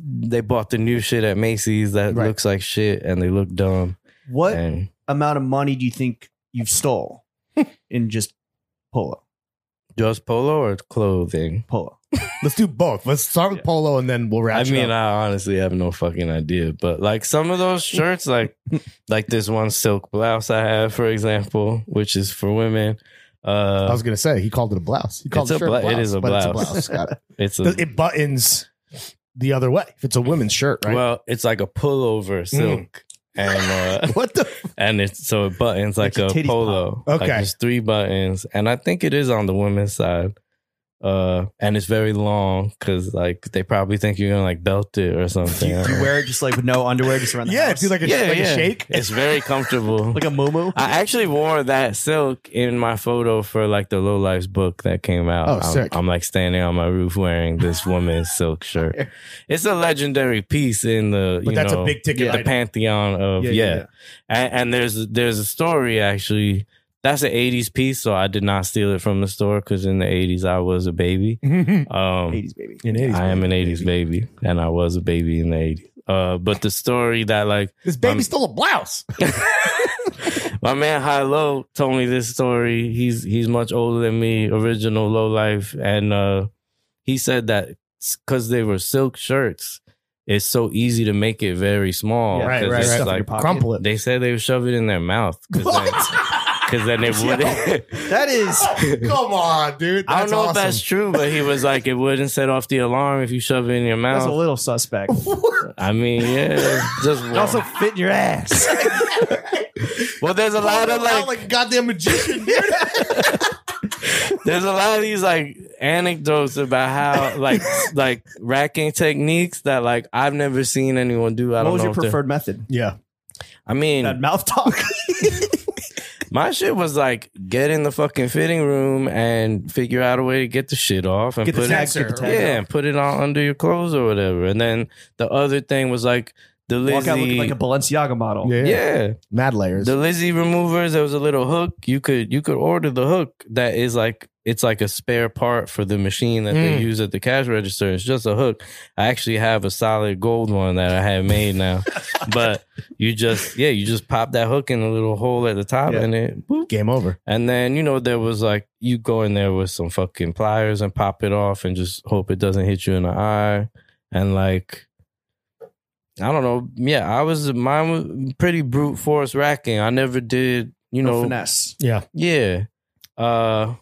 they bought the new shit at Macy's that
Right.
looks like shit, and they look dumb.
What
And
amount of money do you think you've stole in just polo?
just polo or clothing.
Polo.
Let's do both. Let's start with
Yeah.
polo and then we'll wrap.
I
it
mean,
up.
I honestly have no fucking idea, but like some of those shirts, like like this one silk blouse I have, for example, which is for women.
I
Uh,
was gonna say he called it a blouse. He called
It's
it
a
shirt
bla- it is a
but it's
blouse.
Got it.
it's a
Th- it buttons the other way. If it's a women's shirt, right? Mm.
well, it's like a pullover silk, and uh,
what the?
and it's so it buttons
Makes
like
your
a
titties
polo.
pop.
Like
Okay.
there's three buttons, and I think it is on the women's side. Uh, and it's very long because like they probably think you're gonna like belt it or something.
Do you wear it just like with no underwear, just around the
Yeah,
house?
do like a, like a shake.
It's very comfortable.
like a muumuu.
I actually wore that silk in my photo for like the Low Life's book that came out.
Oh,
I'm,
sick.
I'm like standing on my roof wearing this woman's silk shirt. It's a legendary piece in the
But
you
that's
know,
a big ticket
yeah,
the
item.
pantheon of yeah.
Yeah, yeah, yeah.
And, and there's there's a story actually. That's an '80s piece, so I did not steal it from the store because in the '80s I was a baby.
Mhm.
Um,
80s baby.
An 80s
I am an
baby.
'80s baby. and I was a baby in the '80s. Uh, but the story that like
This baby's
I'm-
still a blouse.
My man High Low told me this story. He's he's much older than me, original low life, and uh, he said that because they were silk shirts, it's so easy to make it very small.
Yeah,
right,
'cause
right,
it's
Stuff in
right.
your
like-
pocket.
Crumple it.
they said they would shove it in their mouth because then, it wouldn't.
That is.
Come on, dude.
I don't
That's
know if
awesome.
that's true, but he was like, it wouldn't set off the alarm if you shove it in your
That's a
mouth.
little suspect.
I mean, yeah, just
It also fit in your ass.
well, there's a lot of like
a goddamn magician, dude.
There's a lot of these like anecdotes about how like like racking techniques that like I've never seen anyone do. I
what
don't
was
know.
your
if they're-
preferred method?
yeah.
I mean,
That mouth talk.
my shit was like get in the fucking fitting room and figure out a way to get the shit off and
Get the
put it,
tags. Get the tags.
yeah, and put it on under your clothes or whatever. And then the other thing was like the Lizzie,
Walk out looking like a Balenciaga model.
Yeah.
yeah,
Mad layers.
The Lizzie removers, there was a little hook. You could you could order the hook that is like it's like a spare part for the machine that they
Mm.
use at the cash register. It's just a hook. I actually have a solid gold one that I have made now. but you just yeah, you just pop that hook in a little hole at the top
Yeah.
and it boop.
Game over.
And then, you know, there was like you go in there with some fucking pliers and pop it off and just hope it doesn't hit you in the eye. And like I don't know. Yeah, I was mine was pretty brute force racking. I never did, you
No,
know.
finesse.
Yeah.
Yeah. Uh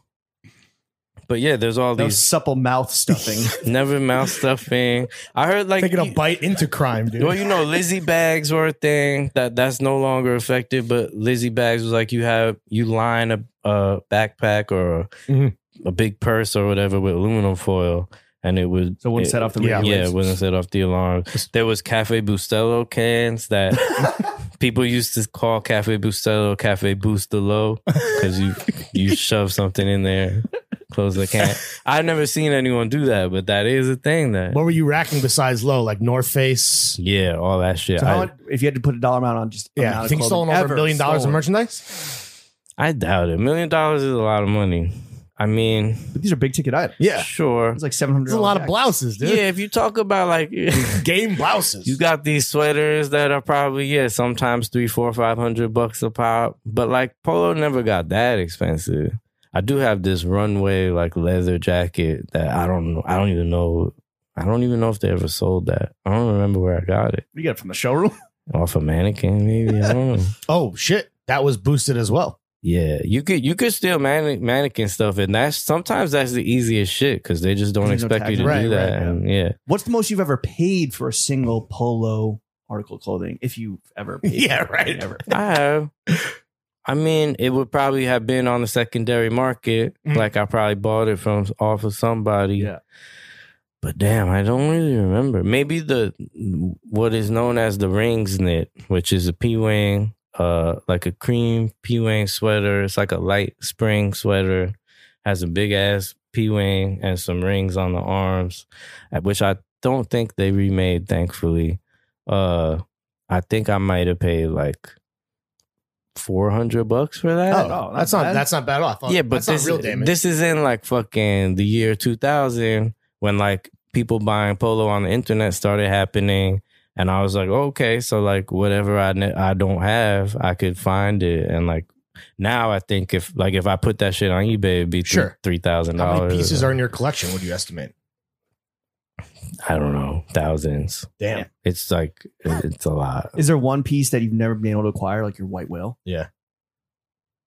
but yeah, there's all
No
these
supple mouth stuffing.
never mouth stuffing. I heard like
Taking a
you-
bite into crime, dude.
well, you know, Lizzie bags were a thing that that's no longer effective. But Lizzie bags was like you have you line a, a backpack or a,
Mhm.
Mm-hmm.
a big purse or whatever with aluminum foil, and it would
so it wouldn't set off the
Yeah.
radio
yeah,
waves.
it wouldn't set off the alarm. There was Cafe Bustelo cans that people used to call Cafe Bustelo Cafe Bustelo because you you shove something in there, close the can. I've never seen anyone do that, but that is a thing that.
what were you racking besides low? Like North Face?
Yeah, all that shit.
So
I-
how much- if you had to put a dollar amount on just
Yeah.
amount
I
of
think
clothing
stolen over
ever
a billion dollars in
stolen.
merchandise?
I doubt it. Million dollars is a lot of money. I mean,
But these are big ticket items.
Yeah.
sure.
It's like seven hundred.
There's a lot of blouses, dude.
Yeah, if you talk about like you
Game blouses.
got these sweaters that are probably yeah sometimes three, four, five hundred bucks a pop, but like polo never got that expensive. I do have this runway like leather jacket that I don't know. I don't even know. I don't even know if they ever sold that. I don't remember where I got it
You get it from the showroom.
off a mannequin maybe. I don't know.
oh, shit. That was boosted as well.
Yeah, you could you could steal manne- mannequin stuff, and that's sometimes that's the easiest shit because they just don't
There's no
expect
tax
you to
on it.
do
Right,
that.
right, yeah.
and yeah,
What's the most you've ever paid for a single polo article of clothing, if you've ever? Paid
Yeah,
for anything Ever.
right.
I have. I mean, it would probably have been on the secondary market.
Mhm.
Like I probably bought it from off of somebody.
Yeah.
But damn, I don't really remember. Maybe the what is known as the rings knit, which is a P Wang, uh, like a cream P Wang sweater. It's like a light spring sweater. Has a big ass P Wang and some rings on the arms, uh, which I don't think they remade, thankfully. Uh I think I might have paid like four hundred bucks for that.
Oh,
Oh,
that's
not
not
bad.
that's not bad at all. I thought-
Yeah, but
that's
this
not real damage.
this is in like fucking the year 2000 when like people buying polo on the internet started happening, and I was like, okay, so like whatever I ne- I don't have, I could find it, and like now I think if like if I put that shit on eBay, it'd be
Sure.
three thousand
How
dollars.
many pieces are in your collection? Would you estimate?
I don't know thousands.
Damn.
Yeah.
It's like it's a lot.
Is there one piece that you've never been able to acquire, like your white whale?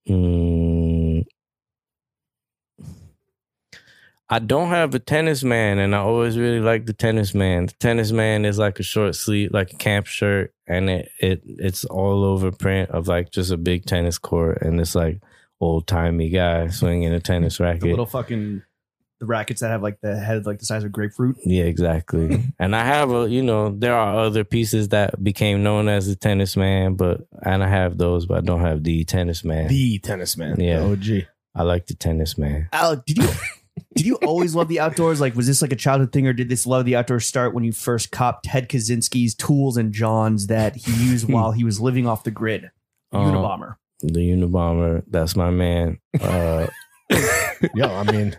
Mm. I don't have a tennis man, and I always really like the tennis man. The tennis man is like a short sleeve, like a camp shirt, and it, it it's all over print of like just a big tennis court, and it's like old timey guy swinging a tennis
The
racket.
little fucking the rackets that have like the head like the size of a grapefruit.
Yeah, exactly. and I have a, you know, there are other pieces that became known as the tennis man, but and I have those, but I don't have the tennis man.
The tennis man.
Yeah.
Oh, gee.
I like the tennis man.
Alec, did you did you always love the outdoors? Like, was this like a childhood thing, or did this love of the outdoors start when you first copped Ted Kaczynski's tools and Johns that he
Hmm.
used while he was living off the grid?
Um,
Oh.
Unabomber.
the Unabomber. That's my man. Uh,
Yo, I mean,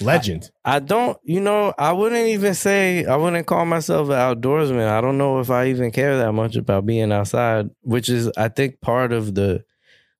legend.
I don't, you know, I wouldn't even say I wouldn't call myself an outdoorsman. I don't know if I even care that much about being outside, which is I think part of the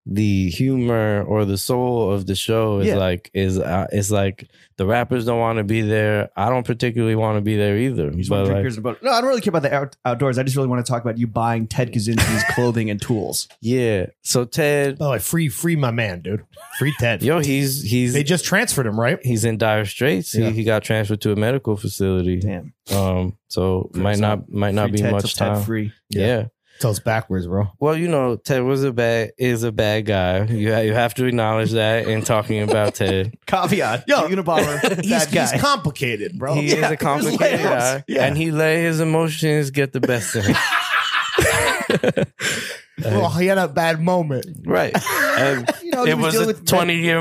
the humor or the soul of the show is
Yeah.
like is uh, it's like the rappers don't want to be there. I don't particularly want to be there either.
You just
but
want to drink
like,
beers and boat. No, I don't really care about the out- outdoors. I just really want to talk about you buying Ted Kaczynski's clothing and tools.
yeah. So Ted,
By the way, free, free my man, dude. Free Ted.
yo, he's he's
They just transferred him, right?
he's in dire straits.
Yeah.
He, he got transferred to a medical facility.
Damn,
Um, so
Free
might
Ted.
not might not
Free
be
Ted till
much
Ted
time.
free.
Yeah.
yeah.
Tell us backwards, bro.
Well, you know, Ted was a bad is a bad guy. You ha- you have to acknowledge that in talking about Ted.
Caveat. Yo, Unabomber.
He's,
bad guy.
he's complicated, bro.
He
Oh, Yeah,
is a
there's
complicated
layers.
guy,
Yeah.
and he let his emotions get the best of him.
Well, he had a bad moment.
right, and
you know, he
it was
dealing
a
with men-
twenty-year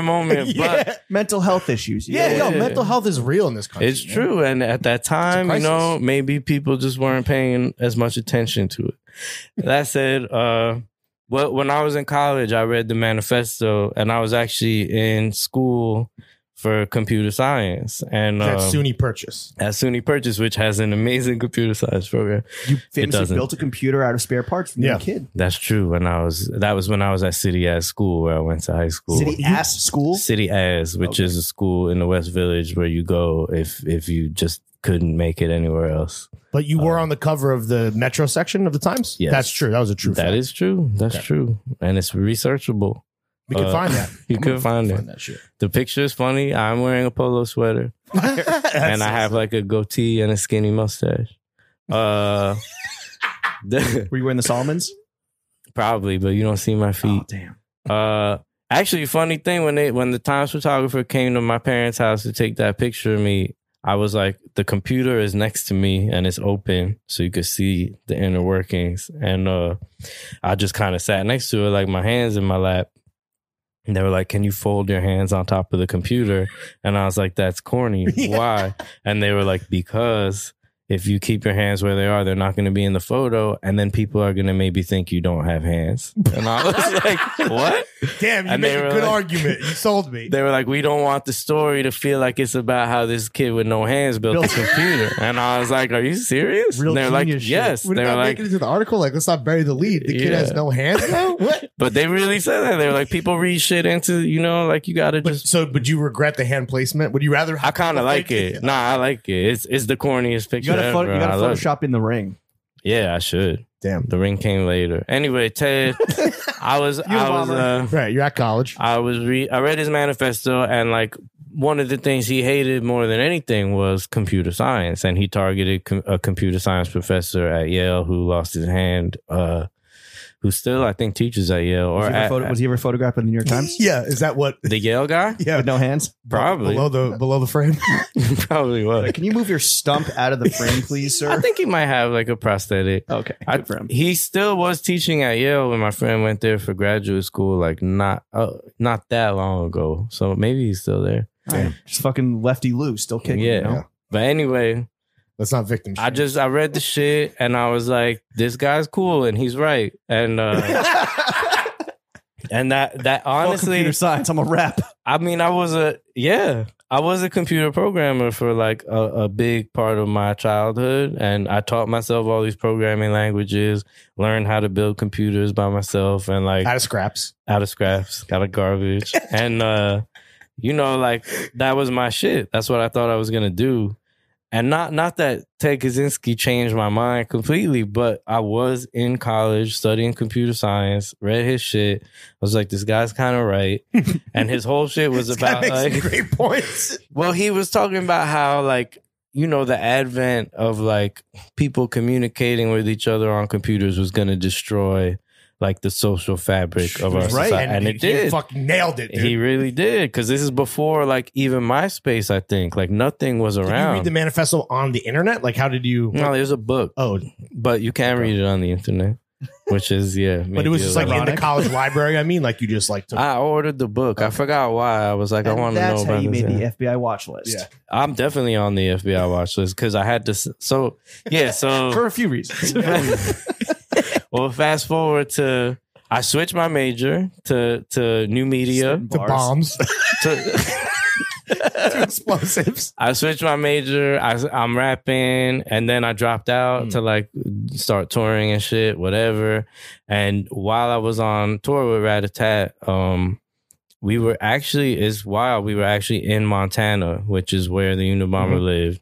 moment, but
mental health issues.
Yeah,
Yeah.
yo, mental health is real in this country.
it's
man.
true. And at that time, you
crisis.
know, maybe people just weren't paying as much attention to it. That said, uh, well, when I was in college, I read the manifesto, and I was actually in school for computer science, and
That
um,
SUNY purchase.
at SUNY Purchase, which has an amazing computer science program.
You famously
doesn't.
built a computer out of spare parts from
Yeah.
your kid.
That's true. When I was that was when I was at City As School where I went to high school.
City ass school.
City As, which
Okay.
is a school in the West Village where you go if if you just couldn't make it anywhere else.
But you were
Um,
on the cover of the Metro section of the Times?
Yes.
That's true. That was a true
That
fact.
is true. That's
Okay.
true. And it's researchable.
we can
uh,
find that.
You
I'm
can
gonna
find it.
Find that shit.
The picture is funny. I'm wearing a polo sweater. and I have like a goatee and a skinny mustache. Uh the-
Were you wearing the Solomons?
probably, but you don't see my feet.
Oh, damn.
Uh, actually, funny thing when they when the Times photographer came to my parents' house to take that picture of me, I was like, the computer is next to me and it's open, so you could see the inner workings. And uh, I just kind of sat next to it, like my hands in my lap. And they were like, "Can you fold your hands on top of the computer?" And I was like, "That's corny. Why?" And they were like, "Because." If you keep your hands where they are, they're not going to be in the photo, and then people are going to maybe think you don't have hands. And I was like, "What?"
Damn, you
And they
made a
were
good
like-
argument. You sold me.
They were like, we don't want the story to feel like it's about how this kid with no hands built a computer. And I was like, are you serious?
Real
and they're like,
genius shit.
yes.
We're
They were
not
like,
making it to the article. Like, let's not bury the lead. The kid
Yeah.
has no hands now. What?
but they really said that. They were like, people read shit into, you know, like you got to
But,
just.
so, would you regret the hand placement? Would you rather?
I kind of like it. Nah, I like it. It's it's the corniest
You
picture
got to
ever.
you got
I
to
love it.
Photoshop in the ring.
Yeah, I should.
Damn.
The ring came later. Anyway, Ted, I was I was
Unabomber.
uh,
Right, you're at college.
I was re- I read his manifesto and like one of the things he hated more than anything was computer science and he targeted com- a computer science professor at Yale who lost his hand uh who still I think teaches at Yale or
Was he, ever
at,
photo- was he ever photographed in the New York Times
yeah, is that what?
the Yale guy
Yeah,
with no hands?
probably
below the below the frame.
probably was
Like, can you move your stump out of the frame, please,
I
sir?
think he might have like a prosthetic
Okay,
I-
good for him.
He still was teaching at Yale when my friend went there for graduate school like not uh, not that long ago so maybe he's still there
Damn. Just fucking lefty loose, still kicking.
Yeah.
you know?
Yeah.
but anyway
That's not victim.
I just I read the shit and I was like, this guy's cool and he's right. And uh and that that
Fuck
honestly
computer science. I'm a rap.
I mean I was a yeah. I was a computer programmer for like a, a big part of my childhood and I taught myself all these programming languages, learned how to build computers by myself and like
out of scraps.
out of scraps, out of garbage. and uh, you know, like that was my shit. That's what I thought I was gonna do. And not not that Ted Kaczynski changed my mind completely, but I was in college studying computer science, read his shit. I was like, this guy's kind of right. and his whole shit was
This guy
about
makes some
Uh, like
great points.
well, he was talking about how like you know the advent of like people communicating with each other on computers was going to destroy like the social fabric of our
Right.
society, and,
he-
it did.
He fucking nailed it, dude.
He really did because this is before like even MySpace. I think like nothing was
did you
around.
read the manifesto on the internet? Like, how did you?
no, there's a book,
Oh,
but you can read it on the internet, which is yeah.
but it was just like in the
ironic.
college library. I mean, like you just like took.
I ordered the book.
Oh.
I forgot why. I was like, I want
And
to know
that's
about
how you
this.
made
Yeah.
the FBI watch list.
Yeah.
I'm definitely on the FBI watch list because I had to. s- So yeah, so
For a few reasons.
well, fast forward to I switched my major to to new media.
Certain
the
bars.
bombs,
To,
to explosives.
I switched my major. I, am rapping, and then I dropped out
Mm.
to like start touring and shit, whatever. And while I was on tour with Rat a Tat, um, we were actually it's wild. We were actually in Montana, which is where the Unabomber lived,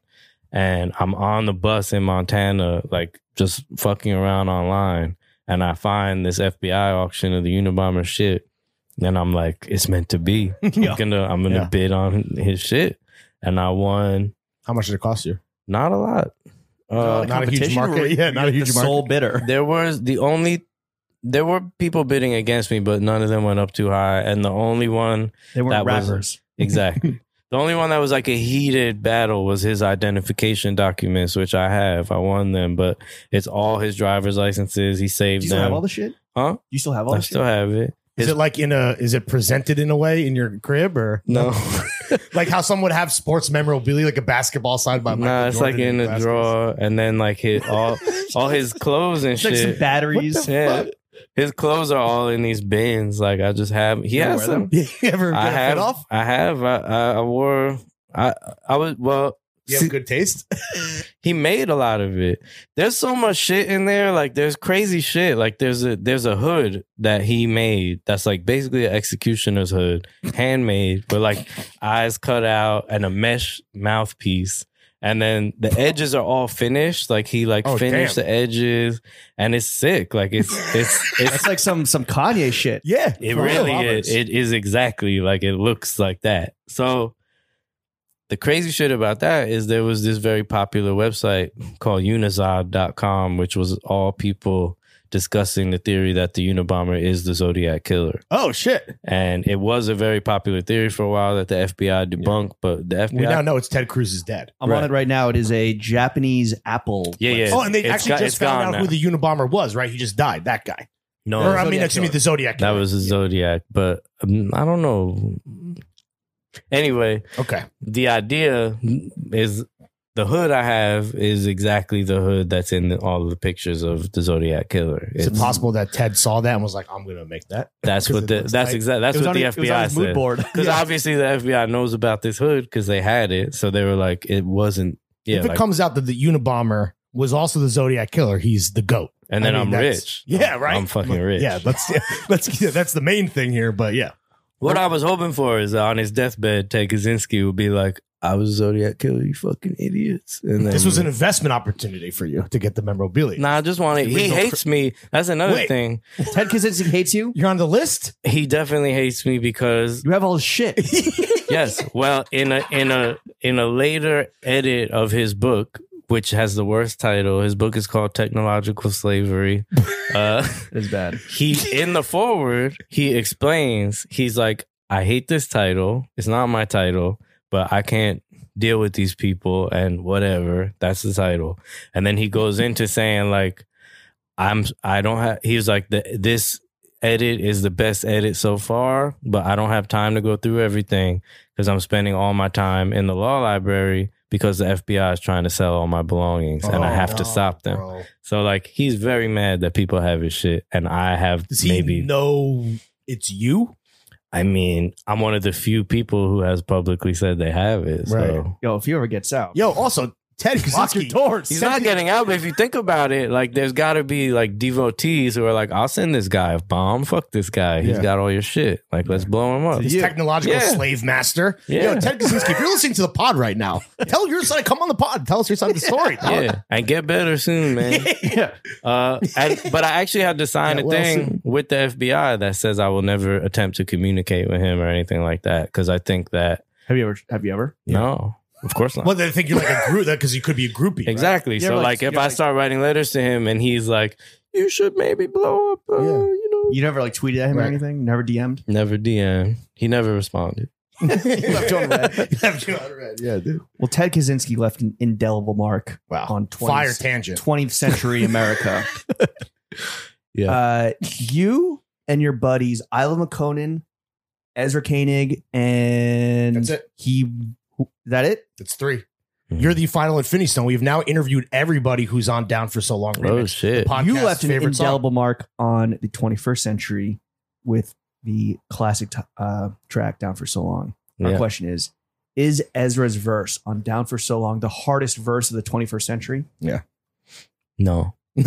and I'm on the bus in Montana, like just fucking around online, and I find this FBI auction of the Unabomber shit. And I'm like, it's meant to be.
Yeah.
I'm gonna I'm gonna
Yeah.
bid on his shit, and I won
How much did it cost you?
not a lot. Uh,
not a huge
Competition,
market.
or
Yeah, not a
you're
huge
the
market.
Sole bidder.
there was the only there were people bidding against me, but none of them went up too high, and the only one
They weren't
That was-
rappers.
exactly. The only one that was like a heated battle was his identification documents, which I have. I won them, but it's all his driver's licenses.
Do
He
you
saved
still have all
them.
the shit?
Huh?
You still have all
I
the
still
shit?
have it.
Is it like in a? Is it presented in a way in your crib or
No,
like how some would have sports memorabilia, like a basketball signed by?
no,
Michael
it's
Jordan
like in a
baskets?
drawer, and then like his all all his clothes and
It's
shit.
like some batteries.
Yeah. His clothes are all in these bins. Like I just have. He
You wear
has some.
them?
You ever
I
get a
have.
fit off?
I have. I, I, I wore. I I was well.
You have
see,
good taste.
he made a lot of it. There's so much shit in there. Like there's crazy shit. Like there's a there's a hood that he made. That's like basically an executioner's hood, handmade, but like eyes cut out and a mesh mouthpiece. And then the edges are all finished. Like he like
Oh,
finished
damn.
the edges, and it's sick. Like it's it's it's
That's like some some Kanye shit.
Yeah,
It
for real,
really
Roberts.
is. It is exactly like it looks like that. So the crazy shit about that is there was this very popular website called unizod.com, which was all people discussing the theory that the Unabomber is the Zodiac killer.
oh shit!
And it was a very popular theory for a while that the FBI debunked, but the
We now
FBI
know it's Ted Cruz is dead.
I'm on
Right.
it right now. It is a Japanese Apple.
Yeah, yeah.
oh, and they
it's
actually
got-
just
it's
found out
gone
who
now.
the Unabomber was. Right, he just died. That guy.
no
or I mean,
Zodiac
excuse me,
killer.
the Zodiac.
that
killer.
was the Zodiac, but um, I don't know. Anyway,
okay.
the idea is the hood I have is exactly the hood that's in all the pictures of the Zodiac killer.
Is it
It's-
possible that Ted saw that and was like, "I'm gonna make that"?
That's
'Cause
what
it
the
looks
that's
tight.
exactly that's
it was
what
on,
the
his- it was on
FBI
his mood
said.
board.
Because obviously the FBI knows about this hood because they had it, so they were like, it wasn't. Yeah,
if it
like-
comes out that the Unabomber was also the Zodiac killer, he's the goat.
and then
I mean,
I'm
that's-
rich.
Yeah,
I'm-
right.
I'm fucking rich.
Yeah, let's let's yeah, that's the main thing here. But yeah,
What I was hoping for is on his deathbed, Ted Kaczynski would be like, "I was a Zodiac killer, you fucking idiots." And then
this was an investment opportunity for you to get the memorabilia.
Nah, I just wanted. He
original
hates me. That's another
Wait.
thing.
Ted Kaczynski hates you.
You're on the list.
He definitely hates me because
You have all his shit.
yes. Well, in a in a in a later edit of his book, which has the worst title, his book is called Technological Slavery. Uh,
It's bad.
he in the forward he explains he's like, I hate this title. It's not my title, but I can't deal with these people and whatever. That's the title. And then he goes into saying like, I'm I don't have. He was like the this. Edit is the best edit so far, but I don't have time to go through everything because I'm spending all my time in the law library because the FBI is trying to sell all my belongings and I
Oh,
have to stop them. So like he's very mad that people have his shit and I have
Does he
maybe
know it's you?
I mean, I'm one of the few people who has publicly said they have it.
Right.
So
Yo, if you ever gets out,
Yo, also Ted
lock your
Kaczynski.
doors.
he's not getting out, but if you think about it, like there's gotta be like devotees who are like, I'll send this guy a bomb, fuck this guy. He's
Yeah.
got all your shit. Like let's blow him up.
This
Yeah.
technological
Yeah.
slave master.
Yeah.
Yo, Ted Kaczynski, if you're listening to the pod right now, tell your side, come on the pod, tell us your side of the story. dog.
Yeah. And get better soon, man.
yeah.
Uh, and, but I actually had to sign
Yeah,
a
well,
thing with the FBI that says I will never attempt to communicate with him or anything like that because I think that
Have you ever? Have you ever?
no, of course not.
Well, they think you're like a group because you could be a groupie. right?
exactly.
Yeah,
So
like-
like, if
yeah,
I
like-
start writing letters to him and he's like, "You should maybe blow up," uh,
Yeah.
you
You never like tweeted at him or
Right.
anything? Never DM'd?
Never DM. He never responded. Oh,
left on red.
You
left you on red. Yeah, dude.
Well, Ted Kaczynski left an indelible mark
Wow.
on 20th,
Oh, Fire tangent.
20th century America.
Yeah.
Uh, you and your buddies, Isla McConan, Ezra Koenig, and
That's it.
he. who- is that it?
It's three.
Mhm.
You're the final Infinity Stone. We've now interviewed everybody who's on Down for So Long.
oh
Remix.
shit.
Podcast's
you left an
favorite song.
indelible mark on the 21st century with the classic t- uh, track "Down for So Long." My
Yeah.
question is: Is Ezra's verse on "Down for So Long" the hardest verse of the 21st century?
No.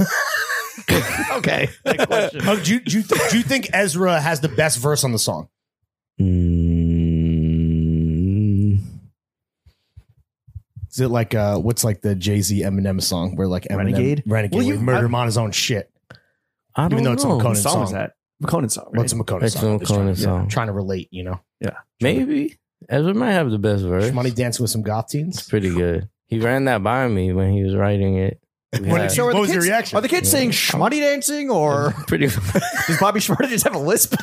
okay. Oh, do, you, do, you th- do you think Ezra has the best verse on the song?
Mm,
Is it like uh, what's like the Jay Z Eminem song where like Eminem
Renegade?
Renegade,
Well,
where
you-
he murdered him on his own shit.
I don't
Even though it's on
know.
Conan
What song, is
song.
that? McConan's song. Right?
What's a Makona
It's
song?
a
Just trying,
Makona song.
trying to relate, you know.
Maybe Ezra might have the best verse.
Money dancing with some goth
It's
teens.
pretty good. He ran that by me when he was writing it. We
What
had-
did you-
are the
What was your
kids-
reaction?
Are the kids
Yeah.
saying shmoney dancing or
pretty.
does Bobby Shmurda just have a lisp?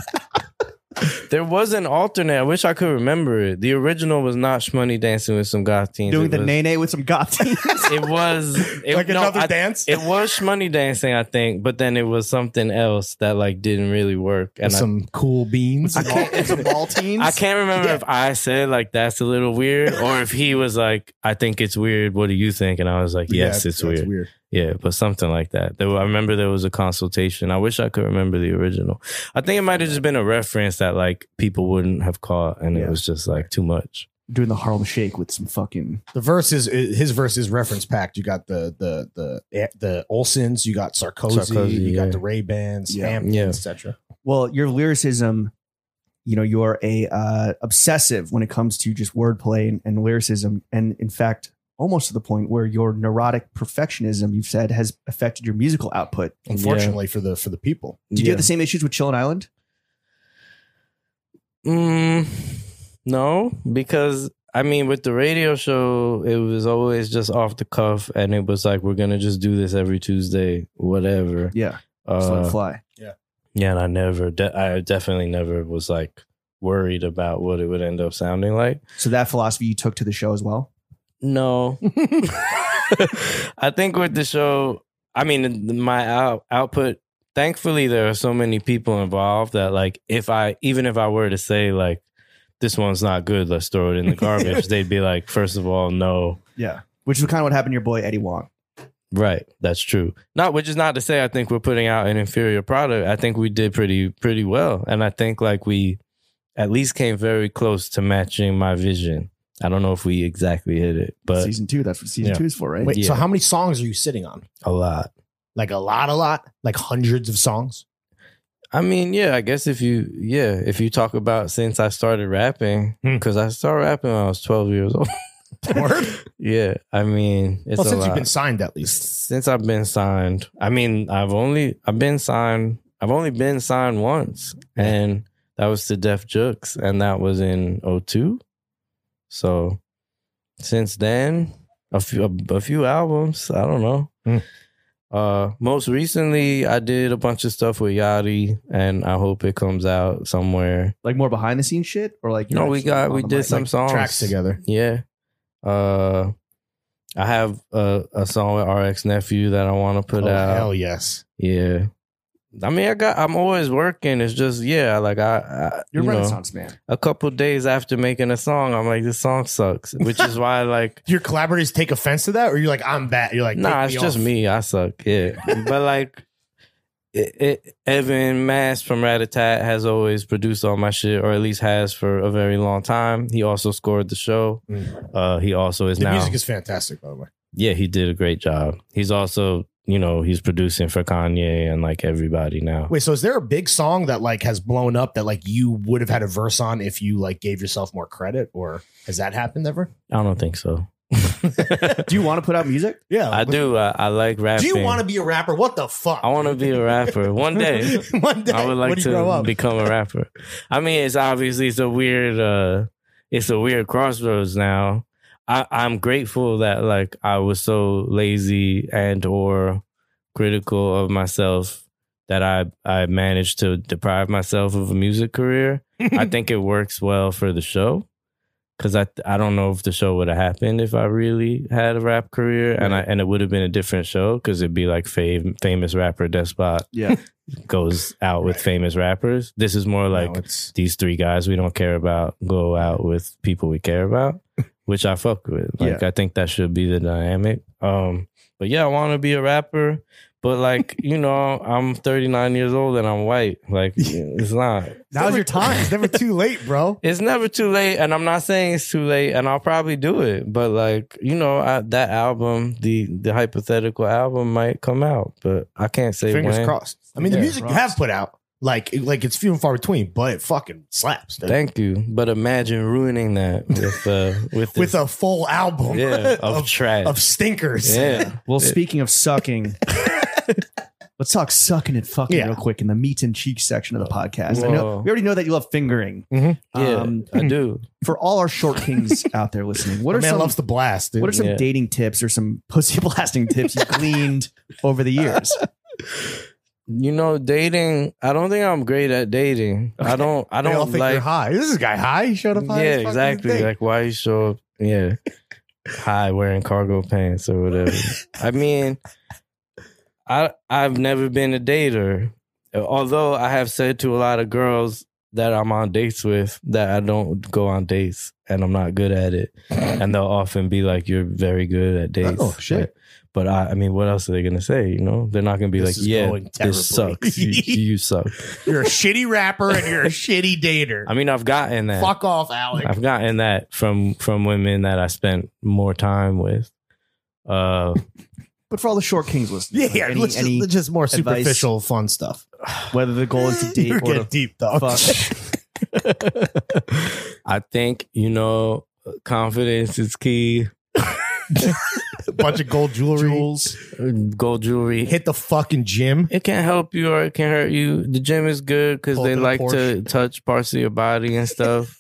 there was an alternate. I wish I could remember it. The original was not Shmoney dancing with some goth teens.
Doing
it
the
was,
nay nay with some goth teens?
It was it,
like
no,
another
I-
dance?
It was Shmoney dancing, I think, but then it was something else that like didn't really work.
With
And I-
some cool beans.
I can't- it's a ball teens.
I can't remember
Yeah.
if I said like that's a little weird, or if he was like, "I think it's weird. What do you think?" And I was like, "Yes,
Yeah,
it's
that's
weird. Yeah, but something like that. There, were- I remember there was a consultation. I wish I could remember the original. I think it might have just been a reference that like people wouldn't have caught, and
Yeah.
it was just like too much.
Doing the Harlem Shake with some fucking.
The verse is his verse is reference packed. You got the the the eh, the Olsons, you got Sarkozy,
Sarkozy,
you got
yeah.
the Ray Bans,
Yeah.
Hampton,
Yeah.
etc.
Well, your lyricism, you know, you are a uh, obsessive when it comes to just wordplay and, and lyricism, and in fact, almost to the point where your neurotic perfectionism, you've said, has affected your musical output.
Unfortunately for the for the people,
Did you have the same issues with Chillin' Island?
Mm, no, because I mean, with the radio show, it was always just off the cuff, and it was like we're gonna just do this every Tuesday, whatever.
Yeah, just let it
Uh,
fly.
yeah, and I never, de- I definitely never was like worried about what it would end up sounding like.
So that philosophy you took to the show as well.
No. I think with the show, I mean, my out- output, thankfully, there are so many people involved that, like, if I, even if I were to say, like, this one's not good, let's throw it in the garbage, they'd be like, first of all, no.
Yeah, which is kind of what happened to your boy Eddie Wong.
Right. That's true. Not, which is not to say I think we're putting out an inferior product. I think we did pretty, pretty well. And I think, like, we at least came very close to matching my vision. I don't know if we exactly hit it, but
season two, that's what season
Yeah.
two is for, right?
wait. So
Yeah.
how many songs are you sitting on?
a lot.
Like a lot, a lot, like hundreds of songs.
I mean, yeah, I guess if you, yeah, if you talk about since I started rapping,
Hmm.
because I started rapping when I was 12 years old.
Word?
yeah, I mean, it's
well,
a
since
lot.
you've been signed, at least.
since I've been signed, I mean, I've only, I've been signed, I've only been signed once, and that was to Def Jux, and that was in 02. So since then, a few, a, a few albums, I don't know.
Hmm.
Uh, most recently, I did a bunch of stuff with Yachty, and I hope it comes out somewhere.
Like more behind the scenes shit, or like
No, we got we did some
something.
songs
Tracks together.
Yeah, uh, I have a, a song with RX Nephew that I want to put
oh,
out.
hell yes.
Yeah, I mean, I got I'm always working. It's just yeah, like I, I
You're
you
a
know,
Renaissance man.
a couple days after making a song, I'm like this song sucks, which is why like
Do your collaborators take offense to that, or you're like, I'm bad? You're like,
nah, it's
"Take me
just
off."
me. I suck. Yeah, but like, it, it, Evan Mass from Ratatat has always produced all my shit, or at least has for a very long time. He also scored the show.
Mm.
Uh, he also is
The
now.
music is fantastic, by the way.
yeah, he did a great job. He's also, you know, he's producing for Kanye and like everybody now.
Wait, so is there a big song that like has blown up that like you would have had a verse on if you like gave yourself more credit, or has that happened ever?
I don't think so.
Do you want to put out music?
Yeah,
I do. I, I like
uh, Do
rapping.
you want to be a rapper? What the fuck?
I want to be a rapper one day.
One day,
I would like
when you grow
to
up.
become a rapper. I mean, it's obviously it's a weird uh it's a weird crossroads now. I, I'm grateful that like I was so lazy and or critical of myself that I I managed to deprive myself of a music career. I think it works well for the show because I I don't know if the show would have happened if I really had a rap career and I and it would have been a different show because it'd be like fam- famous rapper Despot
Yeah.
goes out with famous rappers. This is more like
No, it's
these three guys we don't care about go out with people we care about, which I fuck with. Like I think that should be the dynamic. Um, but yeah, I want to be a rapper, but like you know, I'm 39 years old and I'm white. Like it's not.
Now's your time.
it's never too late, bro.
It's never too late, and I'm not saying it's too late, and I'll probably do it. But like you know, I, that album, the the hypothetical album, might come out, but I can't say
Fingers
when.
crossed. I mean, the
Yeah.
music you have put out, like like it's few and far between, but it fucking slaps. dude.
Thank you, but imagine ruining that with uh, with
With
this-
a full album
yeah of,
of,
trash
of stinkers.
Yeah.
Well, speaking of sucking, let's talk sucking and fucking
Yeah.
real quick in the meat and cheek section of the podcast. I
Whoa.
know, we already know that you love fingering.
Mhm.
Mm-hmm. yeah,
Um,
I do.
for all our short kings out there listening, what
What
are
man
some
loves the blast, dude.
what are some
Yeah.
dating tips or some pussy blasting tips you gleaned over the years?
You know, dating. I don't think I'm great at dating. I don't. I
they all
don't
think
like.
you're high. This is a guy high. He showed up high.
yeah,
as fuck
exactly.
as a thing.
Like, why you show up? Yeah, high wearing cargo pants or whatever. I mean, I I've never been a dater. Although I have said to a lot of girls that I'm on dates with that I don't go on dates and I'm not good at it, and they'll often be like, "You're very good at dates."
Oh, shit.
Like, but I, I mean, what else are they gonna say? You know, they're not gonna be like,
This is
"Yeah,
going
this
terribly."
sucks. you, you suck."
you're a shitty rapper and you're a shitty dater.
I mean, I've gotten that.
Fuck off, Alec.
I've gotten that from from women that I spent more time with. Uh,
But for all the short kings listening,
yeah,
like,
yeah.
any,
let's just,
any-
let's just more
advice?
superficial, fun stuff.
whether the goal is to date
You're
or
getting
to
deep though.
fuck.
I think you know confidence is key.
a bunch of gold jewelry.
jewels,
Gold jewelry.
Hit the fucking gym.
It can help you or it can hurt you. The gym is good because
Pull up
they
in a
like to
Porsche.
touch parts of your body and stuff.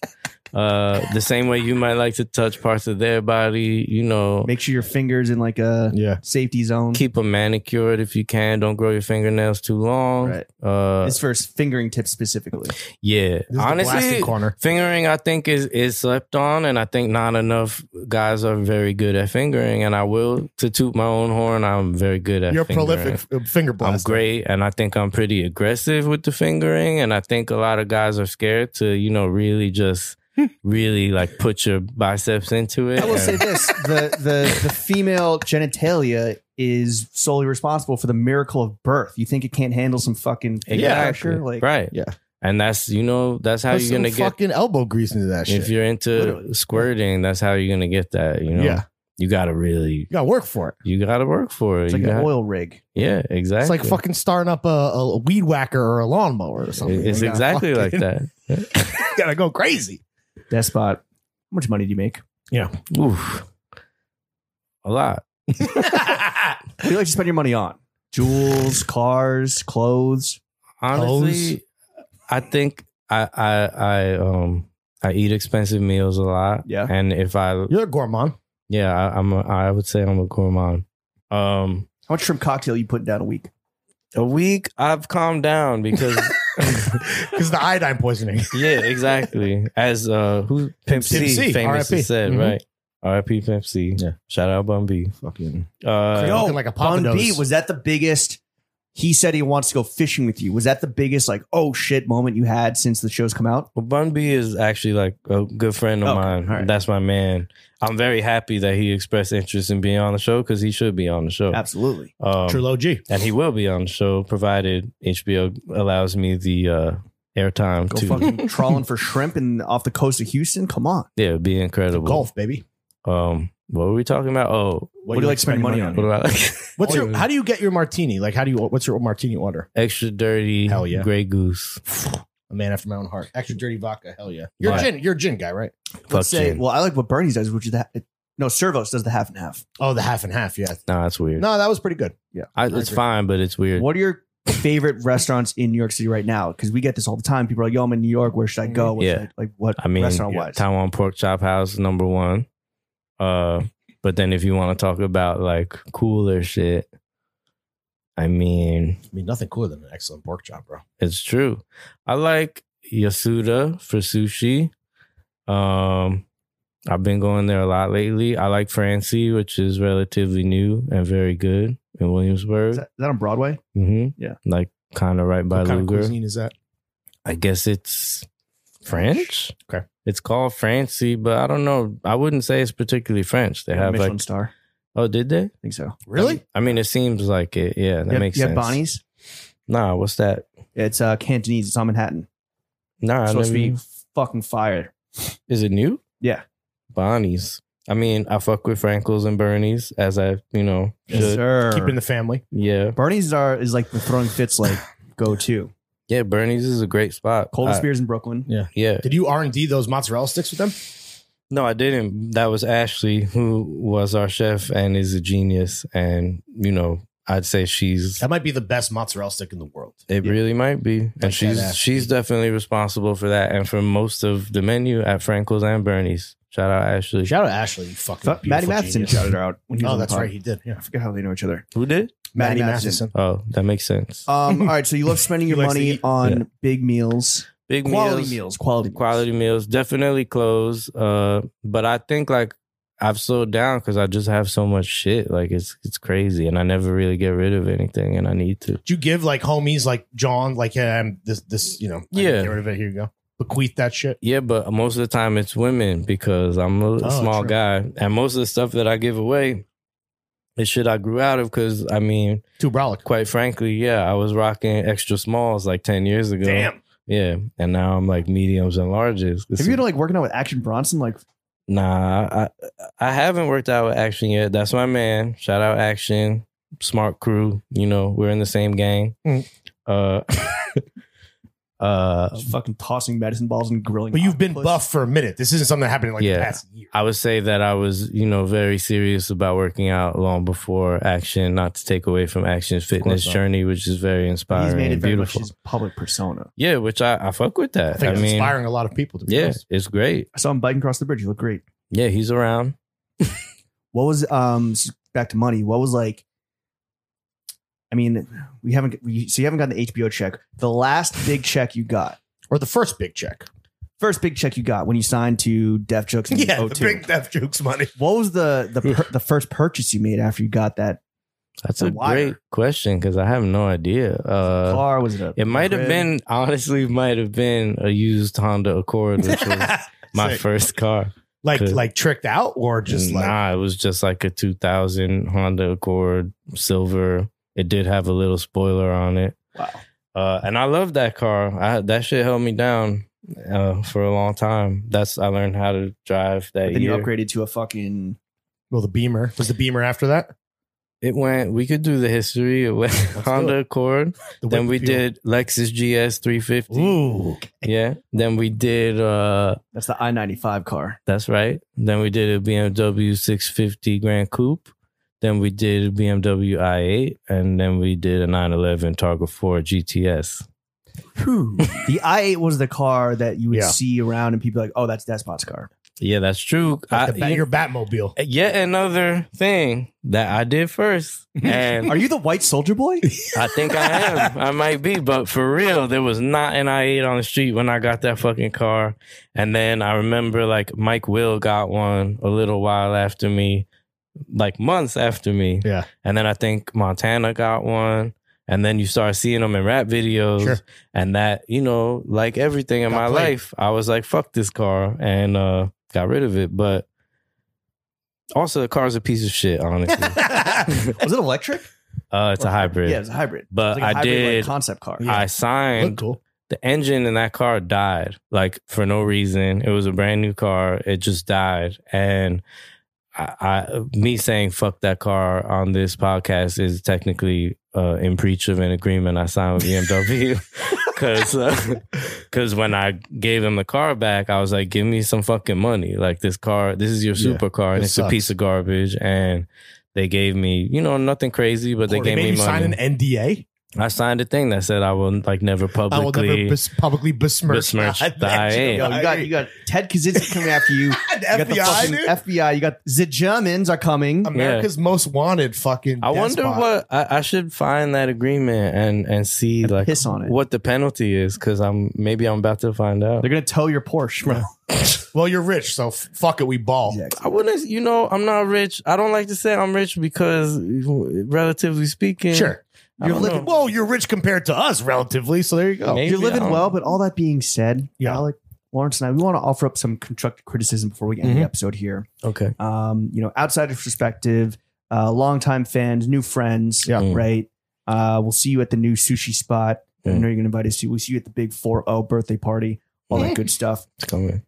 uh, the same way you might like to touch parts of their body. You know,
make sure your fingers in like a
Yeah.
safety zone.
keep them manicured if you can. Don't grow your fingernails too long.
Right.
Uh,
This for fingering tips specifically.
yeah.
This is the
Honestly,
blasting corner.
fingering i think is is slept on and i think not enough guys are very good at fingering and i will to toot my own horn i'm very good at
You're a
fingering.
prolific uh, finger
i'm
blaster.
great and i think i'm pretty aggressive with the fingering and i think a lot of guys are scared to you know really just
Hmm.
really like put your biceps into it
I will
and-
say this: the the the female genitalia is solely responsible for the miracle of birth. You think it can't handle some fucking
exactly
pressure? Like,
right
Yeah.
and that's you know that's how
Put
you're
some
gonna get
fucking elbow grease into that shit.
if you're into
Literally.
squirting that's how you're gonna get that you know
Yeah.
you gotta really
You gotta work for it.
you gotta work for it
It's
You
like an
gotta-
oil rig.
Yeah, exactly.
It's like fucking starting up a, a weed whacker or a lawnmower or something.
It's
You gotta
exactly like
fucking-
that.
you gotta go crazy.
Despot. How much money do you make?
Oof. A lot.
What do you like to spend your money on? Jewels, cars, clothes.
Honestly, I think I I I um I eat expensive meals a lot.
Yeah.
And if I
You're a gourmand.
yeah, I, I'm a, I would say I'm a gourmand. Um
How much shrimp cocktail you putting down a week?
a week I've calmed down because
Because the iodine poisoning.
yeah, exactly. As uh who Pimp C,
Pimp C,
famously
R.I.P..
said,
Mhm.
right? R.I.P. Pimp C.
Yeah.
Shout out Bun B.
Fucking
Uh,
Yo,
like a
Bun
Papados.
B, was that the biggest? He said he wants to go fishing with you. Was that the biggest like oh shit moment you had since the show's come out?
Well, Bun B is actually like a good friend of
Okay,
mine.
all right.
That's my man. I'm very happy that he expressed interest in being on the show because he should be on the show.
Absolutely.
Um,
True G.
and he will be on the show provided HBO allows me the uh, airtime
Go
to.
fucking trawling for shrimp and off the coast of Houston. Come on.
yeah, it'd be incredible.
Golf, baby.
Um, what were we talking about? Oh,
What do you like to spend money on?
what about
What's
Oh,
your?
yeah.
How do you get your martini? Like, how do you? What's your martini order?
extra dirty?
Hell yeah.
Grey Goose.
A man after my own heart. Extra dirty vodka. Hell yeah. You're a
Right.
gin. You're a gin guy, right?
Fuck
Let's say,
gin.
well, I like what Bernie's does, which is that. No, Servos does the half and half.
Oh, the half and half. Yeah.
Nah, that's weird.
No, that was pretty good.
I,
I
it's
agree.
fine, but it's weird.
What are your favorite restaurants in New York City right now? Because we get this all the time. People are like, "Yo, I'm in New York. Where should I go? What
Yeah.
should I- like what
I mean,
restaurant wise?
Taiwan Pork Chop House number one. Uh, but then if you want to talk about like cooler shit, I mean,
I mean, nothing cooler than an excellent pork chop, bro.
it's true. I like Yasuda for sushi. Um, I've been going there a lot lately. I like Francie, which is relatively new and very good in Williamsburg.
Is that, is that on Broadway?
hmm
Yeah.
like kind of right by
what kind of
Luger.
cuisine is that?
I guess it's French.
Okay.
It's called Francie, but I don't know. I wouldn't say it's particularly French. They
Yeah,
have
Michelin
like,
star.
oh, did they?
I think so.
I mean, it seems like it. Yeah, that
you have,
makes
you have
sense.
Bonnie's.
Nah, what's that?
It's uh, Cantonese. It's on Manhattan. It's
Nah, I've
supposed to
never-
be fucking fire.
Is it new?
Yeah.
Bonnie's. I mean, I fuck with Frankel's and Bernie's as I, you know,
Yes,
should.
sir.
Keep it in the family.
Yeah.
Bernie's are is like the throwing fits like go to.
Yeah, Bernie's is a great spot.
Coldest
I-
beers in Brooklyn.
Yeah.
Did you R and D those mozzarella sticks with them?
No, I didn't. That was Ashley, who was our chef and is a genius. And, you know, I'd say she's
That might be the best mozzarella stick in the world.
It
Yeah.
really might be,
that
and she's
ass.
she's definitely responsible for that, and for most of the menu at Frankel's and Bernie's. Shout out Ashley.
Shout out Ashley, you fucking.
Fu- Matty
beautiful
Matheson
genius.
shouted her out when he was
Oh,
on
that's
the pod.
right, he did. Yeah,
I forget how they know each other.
Who did?
Matty Matheson.
Oh, that makes sense.
Uh,
Um, all right, so you love spending your
He likes to
money
eat.
on
Yeah.
big meals,
Big
quality
meals.
meals, quality, meals.
quality meals definitely close uh but i think like i've slowed down because i just have so much shit like it's it's crazy and i never really get rid of anything and i need to
Did you give like homies like John like yeah, I'm this this you know I
Yeah.
get rid of it here you go bequeath that shit
yeah but most of the time it's women because i'm a small
Oh, true.
guy and most of the stuff that i give away is shit i grew out of because i mean
to brolic.
quite frankly yeah i was rocking extra smalls like 10 years ago
Damn,
yeah and now i'm like mediums and larges
Have you been like working out with Action Bronson? Like,
Nah, I I haven't worked out with Action yet. That's my man. Shout out Action, smart crew. You know we're in the same gang.
Mm.
Uh, uh,
just fucking tossing medicine balls and grilling.
but you've been
octopus.
buff for a minute. This isn't something that happened in like
Yeah.
the past year.
I would say that I was you know very serious about working out long before Action. Not to take away from Action's fitness
not.
journey, which is very inspiring
He's made it
and
very
beautiful.
much his public persona.
yeah, which I I fuck with
I
that.
think
I,
it's
mean,
inspiring a lot of people. To be
yeah,
honest.
it's great.
I saw him biking across the bridge. You look great.
Yeah, he's around.
What was um s- back to money? What was like? I mean, we haven't. We, so you haven't gotten the HBO check. The last big check you got,
or the first big check.
first big check you got when you signed to Def Jokes. In
Yeah,
02.
the big death jokes money.
What was the the per, the first purchase you made after you got that
That's
The
a
wire.
great question because I have no idea. Uh,
car? Was it a?
It might have
crib?
been, honestly, might have been a used Honda Accord, which was my
Sick.
first car.
like
Good.
like tricked out or just
nah,
like
it was just like a 2000 Honda Accord silver. It did have a little spoiler on it,
Wow.
uh, and I love that car. I, that shit held me down uh, for a long time. That's I learned how to drive that
Then you
year.
upgraded to a fucking.
well the beamer was the beamer after that.
it went. We could do the history. It went
do
Honda
it.
Accord.
The
Then
whip
we
appeal.
did Lexus GS 350.
Ooh,
Yeah. Then we did. Uh,
That's the I ninety five car.
That's right. Then we did a BMW 650 Grand Coupe. Then we did a BMW i8, and then we did a 911 Targa 4 GTS.
the I eight was the car that you would
Yeah.
see around and people like, oh, that's Despot's car.
Yeah, that's true.
like
I,
the, bat- your Batmobile.
yet another thing that I did first, and
Are you the white soldier boy?
I think I am. I might be, but for real, there was not an i8 on the street when I got that fucking car. And then I remember like Mike Will got one a little while after me, like months after me.
Yeah.
And then I think Montana got one. And then you start seeing them in rap videos.
Sure.
And that, you know, like everything in
Got
my
played.
life, I was like, fuck this car and uh, got rid of it. But also, the car's a piece of shit, honestly.
was it electric?
uh, it's a hybrid.
Yeah, it was a hybrid.
But
It was like a
I
hybrid, like,
did.
concept car.
Yeah.
I
Looked
signed
cool.
the engine in that car died, like for no reason. It was a brand new car. It just died. And I, I me saying fuck that car on this podcast is technically uh, in breach of an agreement I signed with BMW. Cause, uh, cause when I gave him the car back, I was like, "Give me some fucking money! Like this car, this is your
Yeah,
super car, and
it
it's a
sucks.
piece of garbage." And they gave me, you know, nothing crazy, but they
Or
gave
made
me
you
money.
sign an NDA.
I signed a thing that said I will like never
I will
publicly
never bes- publicly besmirch,
besmirch
I
the
mentioned-
Yo,
IA.
you got you got Ted Kaczynski coming after you. You got the
FBI,
fucking
dude.
FBI. You got the Germans are coming.
America's most wanted fucking.
I wonder
despot.
what I, I should find that agreement and and see
And
like
piss on it.
what the penalty is because I'm maybe I'm about to find out.
They're gonna tow your Porsche. Bro.
Well, you're rich, so f- fuck it. We ball.
I wouldn't, you know, I'm not rich. I don't like to say I'm rich because, relatively speaking,
Sure.
I
You're
don't
living.
know.
Well, you're rich compared to us, relatively. So there you go.
Maybe
You're living
I'm-
well, but all that being said,
Yeah.
Alec, Lawrence, and I, we want to offer up some constructive criticism before we end the
Mhm.
episode here.
Okay.
Um, you know, outsider's perspective, uh, longtime fans, new friends,
Yeah.
Mm.
right? Uh, we'll see you at the new sushi spot. I
Mm.
know you're gonna invite us to. We'll see you at the big 4-0 birthday party. All that good stuff.
It's coming.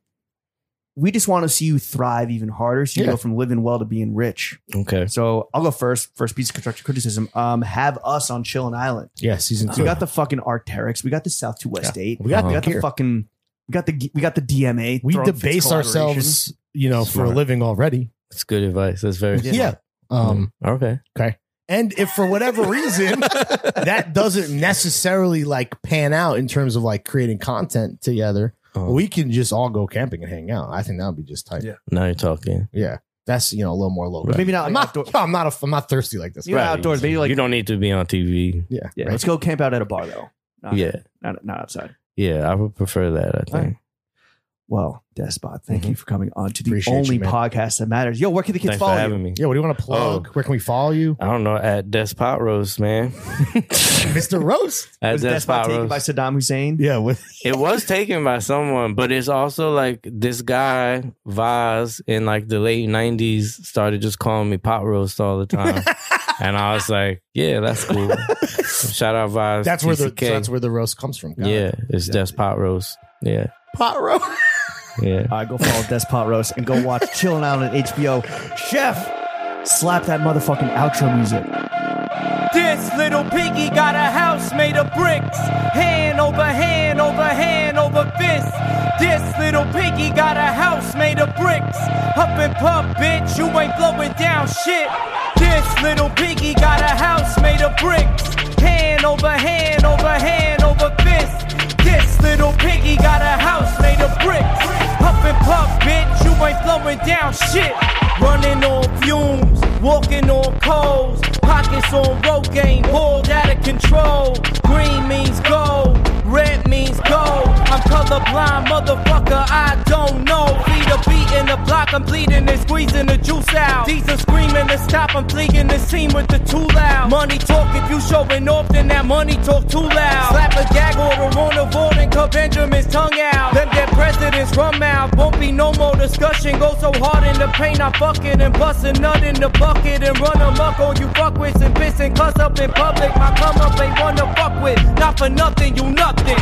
We just want to see you thrive even harder, so you
Yeah.
go from living well to being rich.
Okay.
So I'll go first. First piece of constructive criticism. Um, have us on Chillin Island.
Yeah, season
We
two.
got the fucking Arcteryx. We got the South to West Eight.
We got,
Uh-huh.
We
the
got the
gear.
fucking. We got the we got the DMA.
We
Throne Fist
debase ourselves, you know, for a
Smart.
living already.
That's good advice. That's very
Yeah. Um,
Okay.
and if for whatever reason that doesn't necessarily like pan out in terms of like creating content together,
Oh,
we can just all go camping and hang out. I think that would be just tight.
Yeah.
Yeah.
now you're talking.
That's you know a little more local.
But maybe not like
I'm not.
outdoor-
yo, I'm not. A, I'm not thirsty like this.
You know, outdoors, maybe like-
you don't need to be on TV.
Yeah.
Yeah,
right.
let's go camp out at a bar though. Not,
Yeah.
not, not outside.
Yeah. I would prefer that. I think.
Well, Despot, thank you for coming on to the
Appreciate you,
only
man.
podcast that matters. Yo, where can the kids
Thanks for
follow you?
having me.
Yeah. What do you want to plug?
Oh.
Where can we follow you,
I don't know. At Despot Roast, man.
Mister Roast?
At
Was Despot
Despot
taken
Roast.
by Saddam Hussein?
Yeah. With
it was taken by someone, but it's also like this guy Vaz in like the late '90s started just calling me pot roast all the time, and I was like, "Yeah, that's cool." Shout out Vaz.
that's where the so
TCK.
that's where the roast comes from. Got it.
yeah, it's that's pot roast. Yeah,
pot roast.
yeah.
All right, go follow Despot Roast and go watch Chillin' Out on HBO. Chef, slap that motherfucking outro music.
This little piggy got a house made of bricks. Hand over hand over hand over fist. This little piggy got a house made of bricks. Up and pump, bitch, you ain't blowing down shit. This little piggy got a house made of bricks. Hand over hand over hand over fist. This little piggy got a house made of bricks. Up and pump, bitch, you ain't blowing down shit. Running on fumes, walking on coals, pockets on Rogaine, boiled out of control. Green means gold, red means gold. I'm colorblind, motherfucker, I don't know. Feet are beating the block, I'm bleeding and squeezing the juice out. These are screaming to stop, I'm fleeing the scene with the too loud. Money talk, if you showing off, then that money talk too loud. Slap a gag order on the board and cut Benjamin's tongue out. Let their president's rum out, won't be no more discussion. Go so hard in the pain, I fucking and bust a nut in the bucket and run amok on you fuckwits and piss and cuss up in public. My come up ain't one to fuck with, not for nothing, you nothing.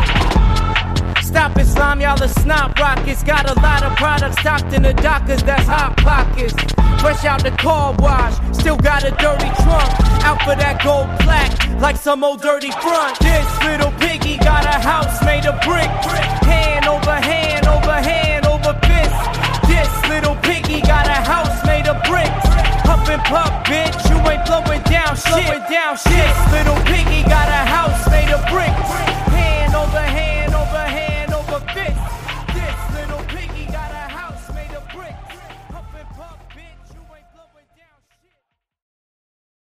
Stop it, slime, y'all the snot rockets. Got a lot of products stocked in the dockers, that's hot pockets. Fresh out the car wash, still got a dirty trunk. Out for that gold plaque, like some old dirty front. This little piggy got a house made of brick. Hand over hand over hand over fist. This little piggy got a house made of bricks. Huff and puff, bitch, you ain't blowing down shit. Blowing down shit. This little piggy